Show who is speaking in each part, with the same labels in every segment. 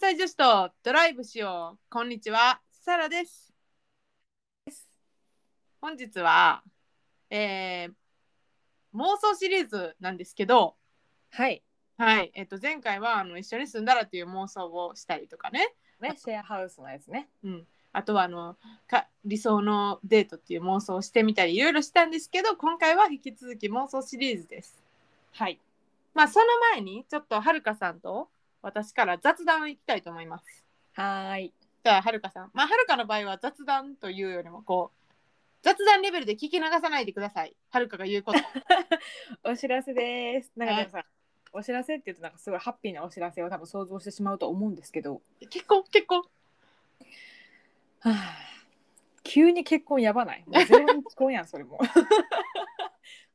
Speaker 1: 歳女子とドライブしよう。こんにちは、サラです。本日は、えー妄想シリーズなんですけど、
Speaker 2: はい。
Speaker 1: はい、えっと前回はあの一緒に住んだらという妄想をしたりとかね、
Speaker 2: ね、シェアハウスのやつね。
Speaker 1: うん、あとはあのか理想のデートっていう妄想をしてみたりいろいろしたんですけど、今回は引き続き妄想シリーズです。
Speaker 2: はい。
Speaker 1: まあその前にちょっとはるかさんと私から雑談いきたいと思います。
Speaker 2: はーい。
Speaker 1: じゃあはるかさんまあはるかの場合は雑談というよりもこう雑談レベルで聞き流さないでくださいはるかが言うこと
Speaker 2: お知らせです。なんかでもさ、お知らせって言うとなんかすごいハッピーなお知らせを多分想像してしまうと思うんですけど、
Speaker 1: 結婚結婚
Speaker 2: はあ、急に結婚やばない。もうゼロに結婚やん、そ れも。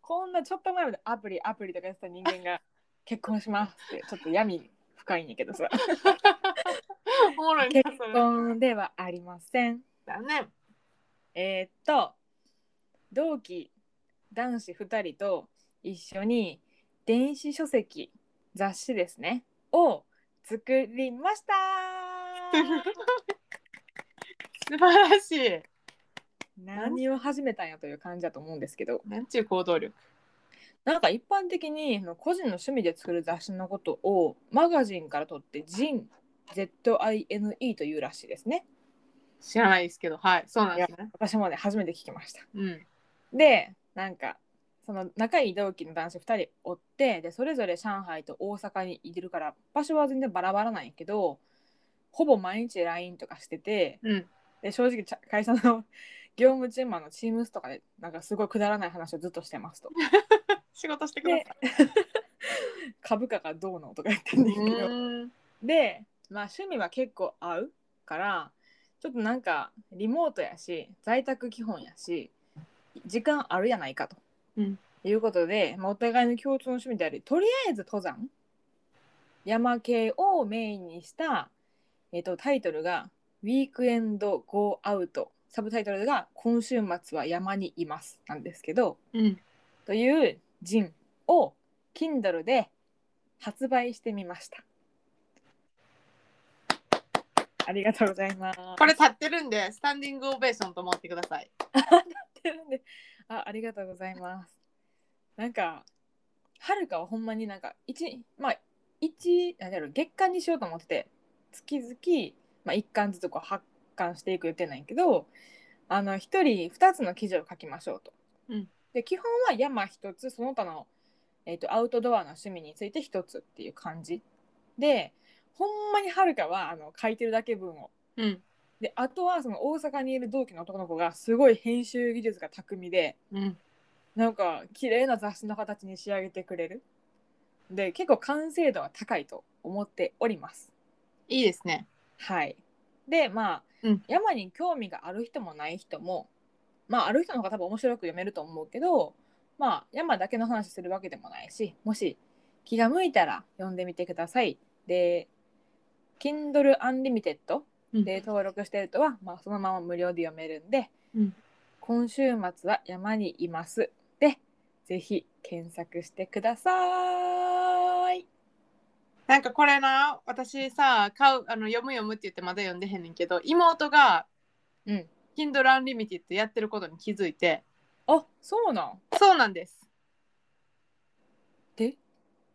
Speaker 2: こんなちょっと前までアプリアプリとかやってた人間 が結婚しますって、ちょっと闇深いんやけどさ。
Speaker 1: おもろいな
Speaker 2: 結
Speaker 1: それ
Speaker 2: 婚ではありません。
Speaker 1: だね
Speaker 2: えーっと同期男子2人と一緒に電子書籍雑誌ですねを作りました
Speaker 1: 素晴らしい
Speaker 2: 何を始めたんやという感じだと思うんですけど
Speaker 1: なんちゅう行動力
Speaker 2: なんか一般的にあの個人の趣味で作る雑誌のことをマガジンから取って「ジン」ZINE というらしいですね
Speaker 1: 知らないですけどはいそうなんですね
Speaker 2: 私もね初めて聞きました
Speaker 1: うん
Speaker 2: でなんかその仲いい同期の男子2人おってでそれぞれ上海と大阪にいるから場所は全然バラバラなんやけどほぼ毎日 LINE とかしてて
Speaker 1: うん
Speaker 2: で正直ちゃ会社の 業務チームのチームスとかでなんかすごいくだらない話をずっとしてますと
Speaker 1: 仕事してください
Speaker 2: 株価がどうのとか言ってんだけ
Speaker 1: う
Speaker 2: ど
Speaker 1: ーん
Speaker 2: で、まあ、趣味は結構合うからちょっとなんかリモートやし在宅基本やし時間あるやないかと、
Speaker 1: うん
Speaker 2: いうことで、まあ、お互いの共通の趣味でありとりあえず登山山系をメインにした、えっとタイトルが「ウィークエンド・ゴー・アウト」サブタイトルが「今週末は山にいます」なんですけど
Speaker 1: うん
Speaker 2: というジンを Kindle で発売してみました。ありがとうございます。
Speaker 1: これ立ってるんでスタンディングオベーションと思ってください
Speaker 2: ってるんであありがとうございますなんかはるかはほんまになんか一まあ一なんだろう月間にしようと思ってて月々、まあ、1巻ずつこう発刊していく予定なんやけどあの1人2つの記事を書きましょうと。
Speaker 1: うん
Speaker 2: で基本は山1つその他の、えー、とアウトドアの趣味について1つっていう感じでほんまにはるかはあの書いてるだけ分を
Speaker 1: うん
Speaker 2: であとはその大阪にいる同期の男の子がすごい編集技術が巧みで
Speaker 1: うん
Speaker 2: なんか綺麗な雑誌の形に仕上げてくれるで結構完成度は高いと思っております
Speaker 1: いいですね
Speaker 2: はいでまあ、
Speaker 1: うん
Speaker 2: 山に興味がある人もない人もまあある人の方が多分面白く読めると思うけどまあ山だけの話するわけでもないしもし気が向いたら読んでみてくださいで Kindle Unlimited
Speaker 1: うん
Speaker 2: で登録してるとは、まあ、そのまま無料で読めるんで、
Speaker 1: うん
Speaker 2: 今週末は山にいますでぜひ検索してください
Speaker 1: なんかこれな私さ買うあの読む読むって言ってまだ読んでへんねんけど妹が
Speaker 2: うん
Speaker 1: Kindle Unlimited やってることに気づいて
Speaker 2: あそうなん
Speaker 1: そうなんです
Speaker 2: で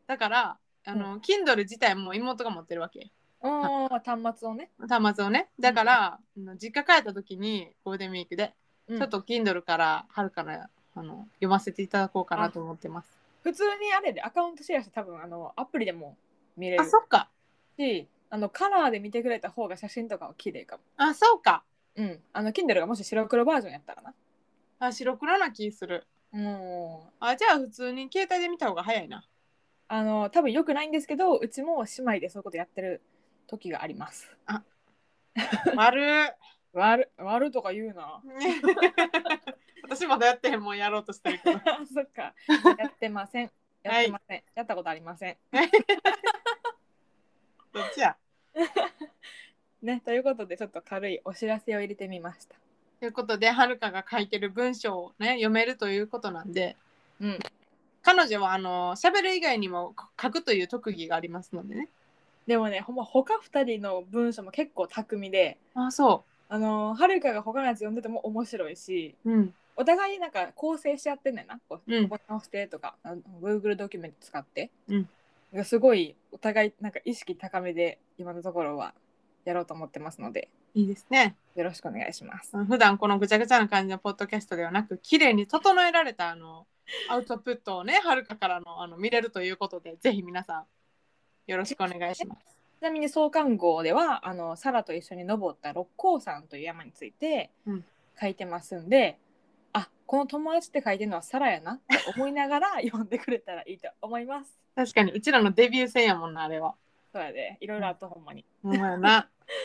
Speaker 1: だからあの、Kindle 自体も妹が持ってるわけ
Speaker 2: あー端末をね、
Speaker 1: 端末をねだから、あの実家帰った時にゴールデンウィークで、
Speaker 2: うん
Speaker 1: ちょっと Kindle からはるかなあの読ませていただこうかなと思ってます
Speaker 2: 普通にあれでアカウントシェアして多分あのアプリでも見れ
Speaker 1: あ
Speaker 2: る
Speaker 1: そっか
Speaker 2: しあのカラーで見てくれた方が写真とかは綺麗かも
Speaker 1: あそうか
Speaker 2: うんあの Kindle がもし白黒バージョンやったらな
Speaker 1: あ白黒な気する
Speaker 2: うん
Speaker 1: あじゃあ普通に携帯で見た方が早いな
Speaker 2: あの多分よくないんですけどうちも姉妹でそういうことやってる時があります
Speaker 1: 丸っ
Speaker 2: 割る割るとか言うな
Speaker 1: 私まだやってへんもんやろうとしてるけど
Speaker 2: そっ かやってませんやってません、やったことありません
Speaker 1: どっちや
Speaker 2: ねということでちょっと軽いお知らせを入れてみました
Speaker 1: ということではるかが書いてる文章をね読めるということなんで、
Speaker 2: うん、
Speaker 1: 彼女はあの喋る以外にも書くという特技がありますのでね
Speaker 2: でもねほんま他2人の文章も結構巧みで
Speaker 1: あそ
Speaker 2: あのはるかが他のやつ読んでても面白いし
Speaker 1: ううん
Speaker 2: お互いになんか構成し合ってんねんなこう
Speaker 1: うん
Speaker 2: ここ直してとかあの Google ドキュメント使って、
Speaker 1: うん
Speaker 2: なんかすごいお互いなんか意識高めで今のところはやろうと思ってますので
Speaker 1: いいですね
Speaker 2: よろしくお願いします。
Speaker 1: 普段このぐちゃぐちゃな感じのポッドキャストではなく綺麗に整えられたあのアウトプットをねはるかからのあの見れるということでぜひ皆さんよろしくお願いします。
Speaker 2: ちなみに創刊号ではあのサラと一緒に登った六甲山という山について
Speaker 1: うん
Speaker 2: 書いてますんで、あこの友達って書いてるのはサラやなって思いながら 読んでくれたらいいと思います。
Speaker 1: 確かにうちらのデビュー戦やもんなあれは。
Speaker 2: そうやでいろいろあったほんまに。
Speaker 1: ほんまやな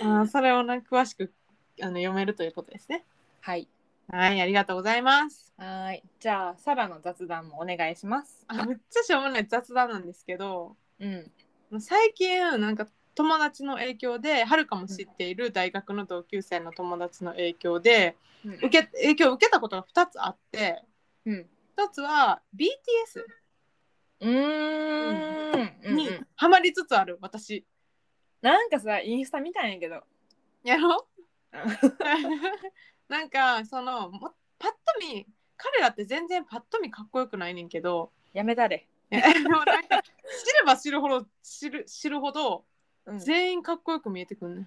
Speaker 1: あーそれをな詳しくあの読めるということですね。
Speaker 2: はい。
Speaker 1: はいありがとうございます。
Speaker 2: はーい。じゃあサラの雑談もお願いします。
Speaker 1: あめっちゃしょうもない雑談なんですけど
Speaker 2: うん。
Speaker 1: 最近なんか友達の影響ではるかも知っている大学の同級生の友達の影響で、
Speaker 2: うん
Speaker 1: 受け影響を受けたことが2つあって
Speaker 2: うん。
Speaker 1: 1つは BTS
Speaker 2: うーん。うん
Speaker 1: に
Speaker 2: うん
Speaker 1: ハマりつつある私
Speaker 2: なんかさインスタ見たんやけど。
Speaker 1: やろ
Speaker 2: う
Speaker 1: なんかそのもパッと見彼らって全然パッと見かっこよくないねんけど
Speaker 2: やめたで。
Speaker 1: でもなんか知れば知るほど知る知るほど
Speaker 2: うん
Speaker 1: 全員かっこよく見えてくんね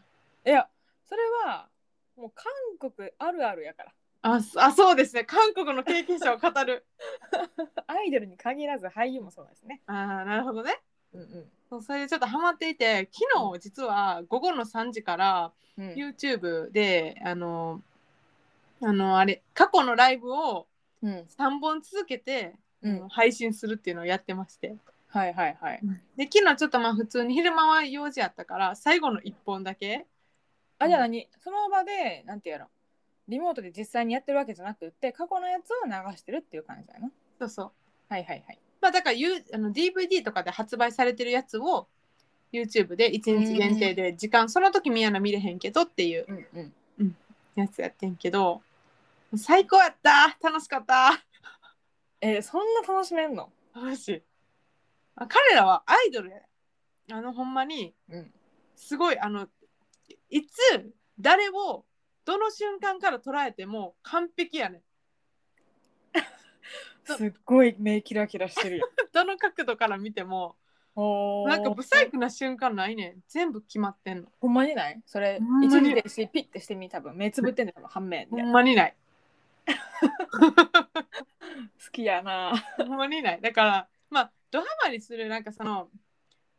Speaker 1: ん
Speaker 2: いやそれはもう韓国あるあるやから。
Speaker 1: あそあそうですね韓国の経験者を語る
Speaker 2: アイドルに限らず俳優もそうですね。
Speaker 1: あーなるほどね
Speaker 2: うんうん
Speaker 1: そうそれでちょっとハマっていて昨日実は午後の3時から
Speaker 2: うん、
Speaker 1: YouTube であのあのあれ過去のライブを
Speaker 2: うん
Speaker 1: 3本続けて、
Speaker 2: う
Speaker 1: あの
Speaker 2: ん、
Speaker 1: 配信するっていうのをやってまして
Speaker 2: はいはいはい。
Speaker 1: で昨日ちょっとまあ普通に昼間は用事やったから最後の1本だけ
Speaker 2: あじゃあ何その場でなんていうのリモートで実際にやってるわけじゃなくって過去のやつを流してるっていう感じだな。
Speaker 1: そうそう
Speaker 2: はいはいはい。
Speaker 1: まあだから、U、あの DVD とかで発売されてるやつを YouTube で1日限定で時間、その時みやな見れへんけどっていう
Speaker 2: うんうん。
Speaker 1: やつやってんけど最高やった楽しかった
Speaker 2: えーそんな楽しめんの？
Speaker 1: 楽しいあ彼らはアイドルやねあのほんまに
Speaker 2: うん。
Speaker 1: すごいあのいつ誰をどの瞬間から捉えても完璧やねん
Speaker 2: すっごい目キラキラしてるや ん。
Speaker 1: どの角度から見ても
Speaker 2: おー
Speaker 1: なんか不細工な瞬間ないねん全部決まってんの
Speaker 2: ほんまにない？それ
Speaker 1: ほんまに
Speaker 2: 一時停止ピッてしてみ多分目つぶってんの多分半面
Speaker 1: ほ
Speaker 2: で。
Speaker 1: んまにない
Speaker 2: 好きやな。
Speaker 1: ほんまにないだからまあドハマりするなんかその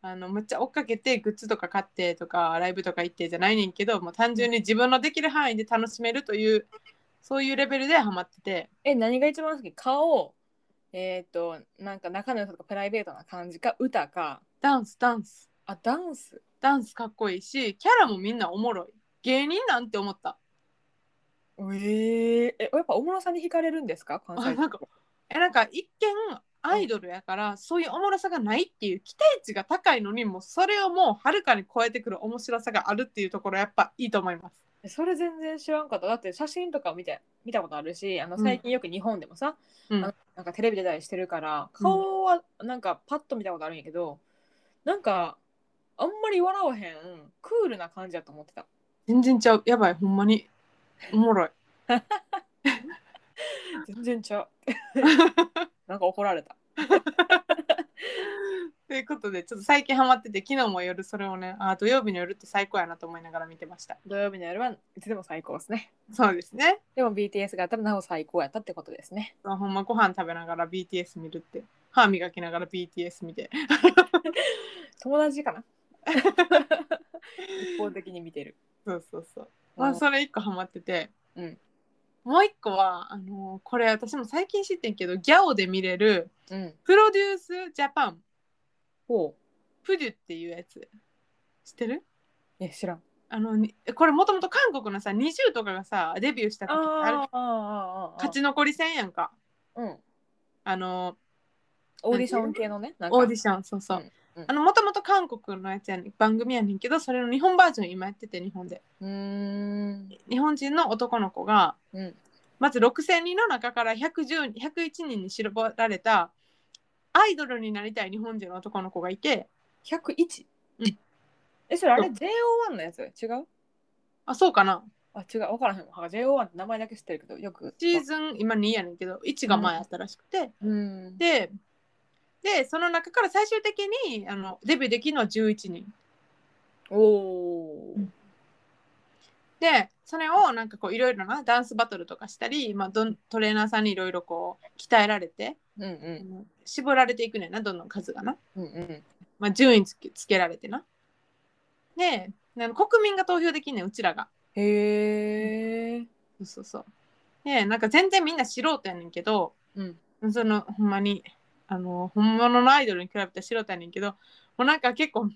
Speaker 1: あのむっちゃ追っかけてグッズとか買ってとかライブとか行ってじゃないねんけどもう単純に自分のできる範囲で楽しめるというそういうレベルでハマってて
Speaker 2: え何が一番好き？顔。えっ、となんか仲の良さとかプライベートな感じか歌か。
Speaker 1: ダンスダンス
Speaker 2: あダンス
Speaker 1: ダンスかっこいいしキャラもみんなおもろい芸人なんて思った
Speaker 2: えー、えやっぱ大室さんに惹かれるんですか関西
Speaker 1: あなんかえなんか一見アイドルやから、そういうおもろさがないっていう期待値が高いのにもうそれをもうはるかに超えてくる面白さがあるっていうところやっぱいいと思います
Speaker 2: えそれ全然知らんかっただって写真とか見て見たことあるしあの
Speaker 1: うん
Speaker 2: 最近よく日本でもさ、
Speaker 1: うん
Speaker 2: あのなんかテレビ出たりしてるから顔はなんかパッと見たことあるんやけど、なんかあんまり笑わへんクールな感じだと思ってた
Speaker 1: 全然ちゃうやばいほんまにおもろい
Speaker 2: 全然ちゃう なんか怒られた
Speaker 1: ということでちょっと最近ハマってて昨日も夜それをねあ土曜日の夜って最高やなと思いながら見てました
Speaker 2: 土曜日の夜はいつでも最高ですね
Speaker 1: そうですね
Speaker 2: でも BTS があったらなお最高やったってことですね
Speaker 1: ほんまご飯食べながら BTS 見るって歯磨きながら BTS 見て
Speaker 2: 友 達かな一方的に見てる
Speaker 1: そうそうそうまあ、それ一個ハマってて、
Speaker 2: うん
Speaker 1: もう一個はあのーこれ私も最近知ってんけどギャオで見れる
Speaker 2: うん
Speaker 1: プロデュースジャパン
Speaker 2: ほ
Speaker 1: プデュっていうやつ知ってる
Speaker 2: うえ知らん
Speaker 1: あのにこれもともと韓国のさ NiziU とかがさデビューした時あれ
Speaker 2: ああ
Speaker 1: 勝ち残り戦やんか
Speaker 2: うん、
Speaker 1: あの
Speaker 2: オーディション系のねなんか
Speaker 1: オーディションそうそう、
Speaker 2: うんうん
Speaker 1: あのもともと韓国のやつやねん番組やねんけどそれの日本バージョン今やってて日本で
Speaker 2: うーん
Speaker 1: 日本人の男の子が
Speaker 2: うん
Speaker 1: まず6,000人の中から110 101人に絞られたアイドルになりたい日本人の男の子がいて
Speaker 2: 101え、それあれ JO1 のやつ違う
Speaker 1: あそうかな
Speaker 2: あ、違う。わからへんわ。JO1 って名前だけ知ってるけど、よく。
Speaker 1: シーズン今2やねんけど1が前やったらしくて、
Speaker 2: うん。
Speaker 1: ででその中から最終的にあのデビューできるのは11人
Speaker 2: おー。
Speaker 1: でそれをなんかこういろいろなダンスバトルとかしたり、まあ、どんトレーナーさんにいろいろこう鍛えられて
Speaker 2: うんうん。
Speaker 1: 絞られていくねんなどんどん数がな、
Speaker 2: うんうん。
Speaker 1: まあ、順位つけつけられてなであの国民が投票できんねんうちらが
Speaker 2: へえ。
Speaker 1: そうそうそうでなんか全然みんな素人やねんけど
Speaker 2: うん。
Speaker 1: そのほんまにあの本物のアイドルに比べたら素人やねんけどもうなんか結構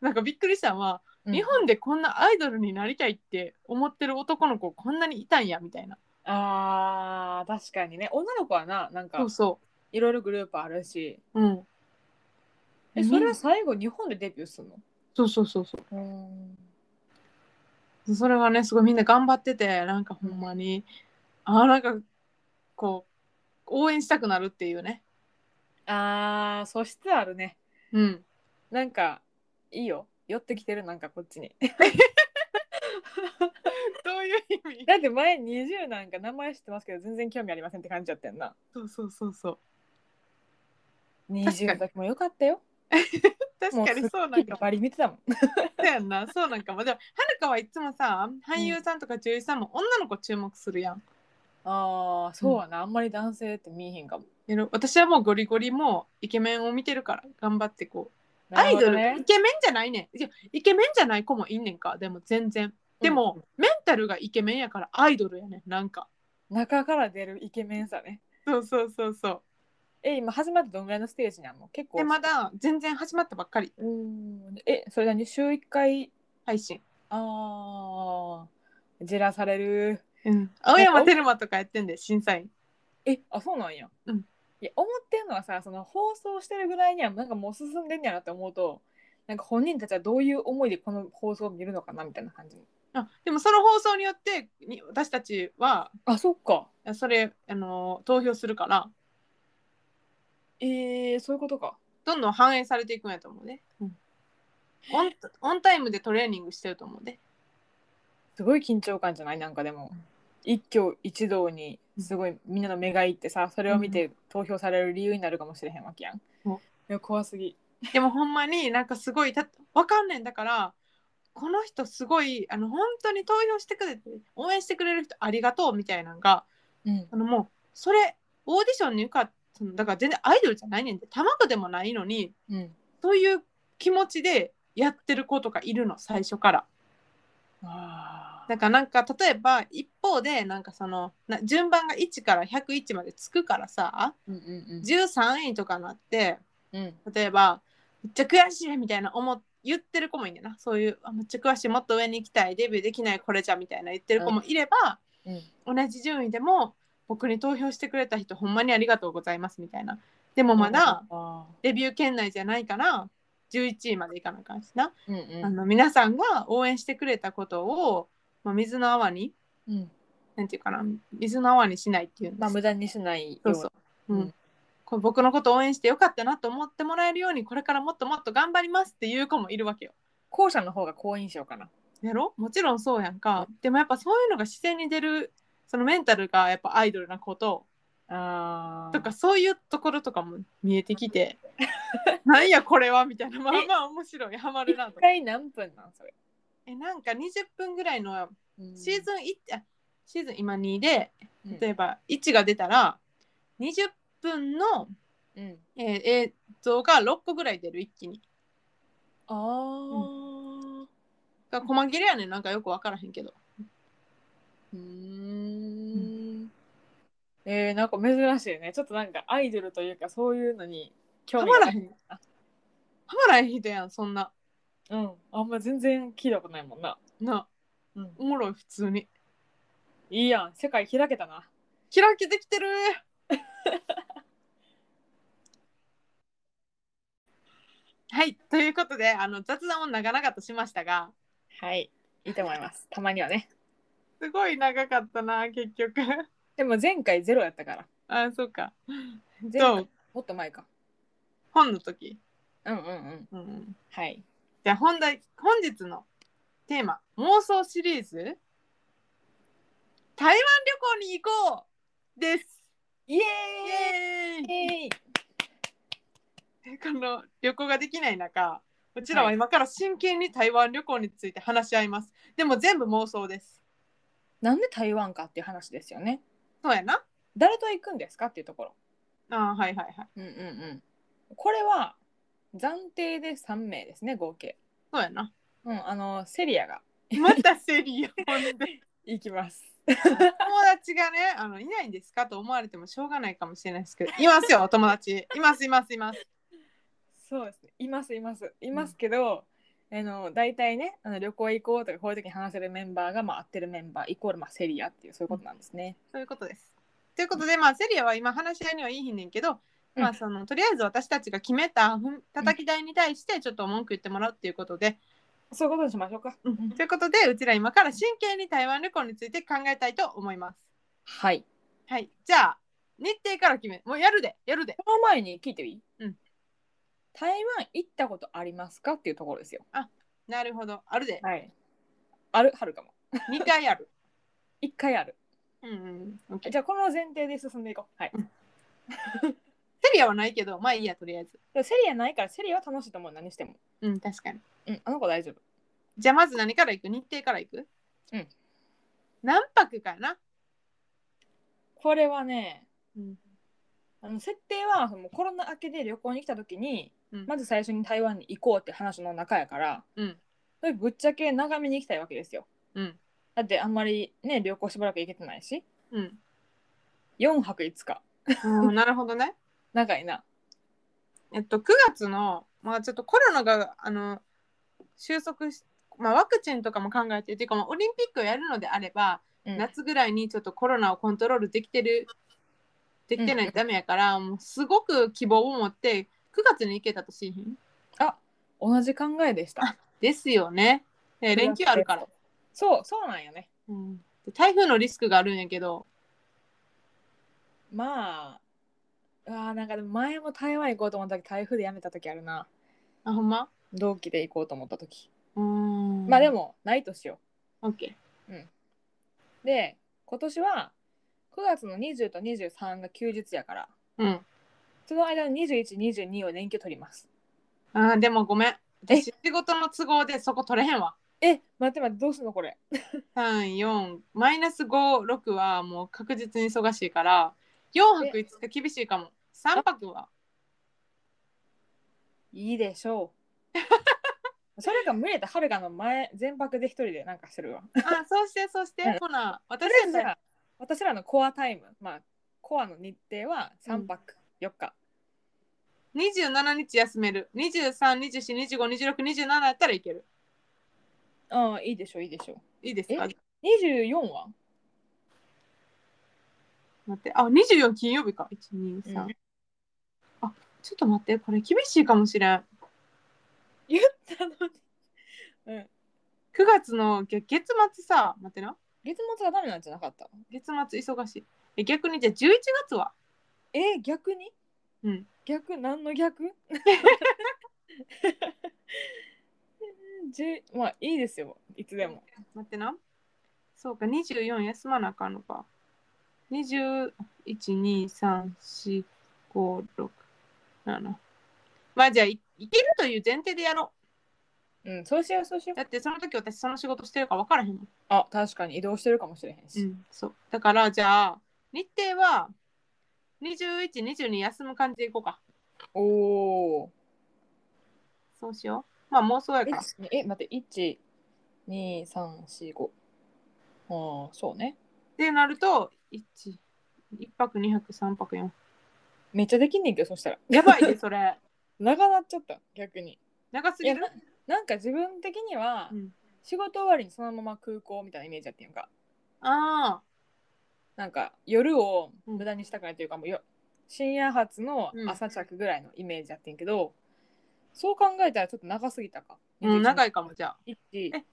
Speaker 1: なんかびっくりしたのは、日本でこんなアイドルになりたいって思ってる男の子こんなにいたんやみたいな
Speaker 2: あー確かにね女の子はななんか
Speaker 1: そうそ
Speaker 2: いろいろグループあるし
Speaker 1: ううん
Speaker 2: えそれは最後日本でデビューする
Speaker 1: そうそうそうそ
Speaker 2: のうん
Speaker 1: うそれはねすごいみんな頑張っててなんかほんまにあーなんかこう応援したくなるっていうね
Speaker 2: あー素質あるね
Speaker 1: うん
Speaker 2: なんかいいよ寄ってきてるなんかこっちに
Speaker 1: どういう意味
Speaker 2: だって前20なんか名前知ってますけど全然興味ありませんって感じだったよな
Speaker 1: そうそうそうそう
Speaker 2: 20の時もよかったよ
Speaker 1: 確かにそうな
Speaker 2: なん
Speaker 1: ん
Speaker 2: か
Speaker 1: か
Speaker 2: バリ見てたもん
Speaker 1: そうやんなそうなんかもでもはるかはいつもさ俳優さんとか女優さんも女の子注目するやん
Speaker 2: あーそうやな、あんまり男性って見えへんかも
Speaker 1: やろ私はもうゴリゴリもうイケメンを見てるから頑張ってこう、
Speaker 2: な
Speaker 1: ア
Speaker 2: る
Speaker 1: イ
Speaker 2: ほ
Speaker 1: ド
Speaker 2: ど
Speaker 1: ル、イ
Speaker 2: ね
Speaker 1: ケメンじゃないねんいやイケメンじゃない子もいんねんかでも全然でも、メンタルがイケメンやからアイドルやねんなんか
Speaker 2: 中から出るイケメンさね
Speaker 1: そうそうそうそ
Speaker 2: え今始まってどんぐらいのステージにあんの結
Speaker 1: う
Speaker 2: 構
Speaker 1: でまだ全然始まったばっかり
Speaker 2: うーんえそれ何週一回
Speaker 1: 配信
Speaker 2: ああじらされる
Speaker 1: うん青山テルマとかやってんで審査員
Speaker 2: えあそうなんや、
Speaker 1: うん、
Speaker 2: いや思ってんのはさその放送してるぐらいにはなんかもう進んでんやなって思うとなんか本人たちはどういう思いでこの放送を見るのかなみたいな感じ
Speaker 1: あでもその放送によってに私たちは
Speaker 2: あそっか
Speaker 1: それあの投票するから
Speaker 2: えー、そういうことか
Speaker 1: どんどん反映されていくんやと思うね、オンオンタイムでトレーニングしてると思うね
Speaker 2: すごい緊張感じゃないなんかでも一挙一動にすごいみんなの目がいってさそれを見て投票される理由になるかもしれへんわけやん、
Speaker 1: うん
Speaker 2: いや怖すぎ
Speaker 1: でもほんまになんかすごいたわかんねんだからこの人すごいあの本当に投票してくれて応援してくれる人ありがとうみたいなのが
Speaker 2: うん
Speaker 1: あのもうそれオーディションに受かったのだから全然アイドルじゃないねんで卵でもないのに
Speaker 2: うん
Speaker 1: そういう気持ちでやってる子とかいるの最初から。
Speaker 2: あ
Speaker 1: だからなんか例えば一方でなんかそのな順番が1から101までつくからさ
Speaker 2: うんうん
Speaker 1: 13位とかなって
Speaker 2: うんうん
Speaker 1: 例えばめっちゃ悔しいみたいな思っ言ってる子もいんねんなそういうあめっちゃ悔しいもっと上に行きたいデビューできないこれじゃみたいな言ってる子もいれば、
Speaker 2: うん
Speaker 1: 同じ順位でも僕に投票してくれた人ほんまにありがとうございますみたいなでもまだ
Speaker 2: あ
Speaker 1: デビュー圏内じゃないから11位までいかなあかんしな、
Speaker 2: ーうん
Speaker 1: あ
Speaker 2: う
Speaker 1: の皆さんが応援してくれたことを、まあ、水の泡に
Speaker 2: んうん
Speaker 1: なんていうかな水の泡にしないっていうの
Speaker 2: まあ無駄にしないよう
Speaker 1: そう
Speaker 2: に
Speaker 1: そうう、う
Speaker 2: うん
Speaker 1: ん、こう僕のこと応援してよかったなと思ってもらえるようにこれからもっともっと頑張りますっていう子もいるわけよ。
Speaker 2: 後者の方が好印象かな
Speaker 1: やろもちろんそうやんか、でもやっぱそういうのが自然に出るそのメンタルがやっぱアイドルなこと
Speaker 2: あー
Speaker 1: とかそういうところとかも見えてき てなんやこれはみたいなまあまあ面白いハマるな
Speaker 2: 一
Speaker 1: とか
Speaker 2: 回何分なんそれ
Speaker 1: えなんか20分ぐらいのシーズ
Speaker 2: ン
Speaker 1: ン1あシーズン今2で
Speaker 2: うん
Speaker 1: 例えば1が出たら20分の、
Speaker 2: うん
Speaker 1: えー映像が6個ぐらい出る一気に。
Speaker 2: あー
Speaker 1: が細切れやねんなんかよく分からへんけど
Speaker 2: うーんえー、なんか珍しいねちょっとなんかアイドルというかそういうのに興
Speaker 1: ハ
Speaker 2: 味
Speaker 1: マ
Speaker 2: が
Speaker 1: らへんハマらへん人やんそんな
Speaker 2: うんあんま全然聞いたことないもんな、
Speaker 1: な
Speaker 2: うん、
Speaker 1: おもろい普通に
Speaker 2: いいやん世界開けたな
Speaker 1: 開けてきて るはいということであの雑談を長々としましたが
Speaker 2: はいいいと思いますたまにはね
Speaker 1: すごい長かったな結局
Speaker 2: でも前回ゼロやったから
Speaker 1: あそうか
Speaker 2: 前
Speaker 1: そ
Speaker 2: 回
Speaker 1: う
Speaker 2: もっと前か
Speaker 1: 本の時
Speaker 2: うんうんうん
Speaker 1: うん
Speaker 2: はい
Speaker 1: じゃあ本題本日のテーマ妄想シリーズ台湾旅行に行こうです
Speaker 2: イエ
Speaker 1: イエー
Speaker 2: ーイイエーイ
Speaker 1: イ この旅行ができない中うちらは今から真剣に台湾旅行について話し合います、でも全部妄想です
Speaker 2: なんで台湾かっていう話ですよね。
Speaker 1: そうやな
Speaker 2: 誰と行くんですかっていうところ。
Speaker 1: あーはいはいはい
Speaker 2: うんうんうん。これは暫定で3名ですね、合計。
Speaker 1: そうや な
Speaker 2: うん、あの、セリアが
Speaker 1: またセリアほん で
Speaker 2: 行きます。
Speaker 1: 友達がねあのいないんですかと思われてもしょうがないかもしれないですけどいますよ友達いますいますいます
Speaker 2: そうですね。いますいます。いますけど、あの大体ね、あの旅行行こうとかこういう時に話せるメンバーがまあ合ってるメンバーイコールまあセリアっていうそういうことなんですね。
Speaker 1: そういうことですということでまあセリアは今話し合いにはいいひんねんけど、
Speaker 2: うん
Speaker 1: まあそのとりあえず私たちが決めたふん叩き台に対してちょっと文句言ってもらうっていうことで、
Speaker 2: そういうことにしましょうか。うん
Speaker 1: ということでうちら今から真剣に台湾旅行について考えたいと思います
Speaker 2: はい。
Speaker 1: はいじゃあ日程から決めもうやるでやるで
Speaker 2: その前に聞いていい？
Speaker 1: うん。
Speaker 2: 台湾行ったことありますかっていうところですよ。
Speaker 1: なるほどあるで
Speaker 2: はい。あるはるかも。
Speaker 1: 2回ある
Speaker 2: 一回ある。
Speaker 1: うんうん OK
Speaker 2: じゃあこの前提で進んでいこう。はい。
Speaker 1: セリアはないけどまあいいやとりあえず
Speaker 2: でもセリアないからセリアは楽しいと思う何しても。
Speaker 1: うん確かに
Speaker 2: うん。あの子大丈夫。
Speaker 1: じゃあまず何から行く日程から行く
Speaker 2: うん。
Speaker 1: 何泊かな、
Speaker 2: これはね、
Speaker 1: うん、
Speaker 2: あの設定はもうコロナ明けで旅行に来た時に、
Speaker 1: うん
Speaker 2: まず最初に台湾に行こうって話の中やから
Speaker 1: うん
Speaker 2: それぶっちゃけ長めに行きたいわけですよ
Speaker 1: うん
Speaker 2: だってあんまりね旅行しばらく行けてないし
Speaker 1: うん
Speaker 2: 4泊5日
Speaker 1: うんなるほどね
Speaker 2: 長いな
Speaker 1: えっと9月のまあちょっとコロナがあの収束しまあ、ワクチンとかも考えてっていうか、まあ、オリンピックをやるのであれば、
Speaker 2: うん
Speaker 1: 夏ぐらいにちょっとコロナをコントロールできてるできてないとダメやから、もうすごく希望を持って9月に行けたとしいひん
Speaker 2: あ同じ考えでした
Speaker 1: ですよねね連休あるから、
Speaker 2: そうそうなんよね
Speaker 1: うん、で台風のリスクがあるんやけど
Speaker 2: まあうわーなんかでも前も台湾行こうと思った時台風でやめた時あるな
Speaker 1: あほんま
Speaker 2: 同期で行こうと思った時、
Speaker 1: うん
Speaker 2: まあでもないとしよ
Speaker 1: OK
Speaker 2: うで今年は9月の20と23が休日やから
Speaker 1: うん
Speaker 2: その間の21、22を連休取ります。
Speaker 1: あーでもごめん私仕事の都合でそこ取れへんわ
Speaker 2: え、待って待って、どうすんのこれ。
Speaker 1: 34マイナス56はもう確実に忙しいから4泊5日厳しいかも3泊 はい
Speaker 2: いでしょ う。それか無理だ、はるかの前、全泊で一人でなんかするわ。とり
Speaker 1: あそうしてそうして
Speaker 2: うん
Speaker 1: ほな私
Speaker 2: あえずじゃ
Speaker 1: たち
Speaker 2: あ私らのコアタイム、まあ、コアの日程は3泊4日。
Speaker 1: 27日休める2324252627やったらいける
Speaker 2: ああ、いいでしょう、いいでしょ
Speaker 1: いいですか
Speaker 2: えう。24は
Speaker 1: 待ってあ24金曜日か123、
Speaker 2: うん
Speaker 1: あちょっと待ってこれ厳しいかもしれん9
Speaker 2: 言ったのに。うん。
Speaker 1: 月の月月末さ待ってな
Speaker 2: 月末がダメなんじゃなかった
Speaker 1: 月末忙しいえ逆にじゃあ11月は
Speaker 2: えー、逆に
Speaker 1: うん
Speaker 2: 逆何の逆 じゅまあいいですよいつでも
Speaker 1: 待ってな。そうか、24休まなあかんのか。21、2、3、4、5、6、7。まあじゃあい、いけるという前提でやろ
Speaker 2: うんそうしようそうしよ
Speaker 1: う。
Speaker 2: う
Speaker 1: だってその時私その仕事してるか分からへんもん。
Speaker 2: あ確かに移動してるかもしれへんし、
Speaker 1: ん、そう。だからじゃあ、日程は21、22休む感じでいこうか。
Speaker 2: おお
Speaker 1: そうしよう。まあ妄想や
Speaker 2: え
Speaker 1: から。
Speaker 2: え待って12345ああそうね
Speaker 1: ってなると、1、1泊、2泊、3泊、4。
Speaker 2: めっちゃできんねんけどそしたら
Speaker 1: やばいで、それ。
Speaker 2: 長なっちゃった逆に
Speaker 1: 長す
Speaker 2: い
Speaker 1: ぎ
Speaker 2: や
Speaker 1: る
Speaker 2: ななんか自分的には、
Speaker 1: うん
Speaker 2: 仕事終わりにそのまま空港みたいなイメージやっていうか
Speaker 1: ああ。
Speaker 2: なんか夜を無駄にしたくないというか、もうよ深夜発の朝着ぐらいのイメージやってんけど、そう考えたらちょっと長すぎたか。
Speaker 1: うん、長
Speaker 2: い。
Speaker 1: いかも、じゃあ。
Speaker 2: 1
Speaker 1: え、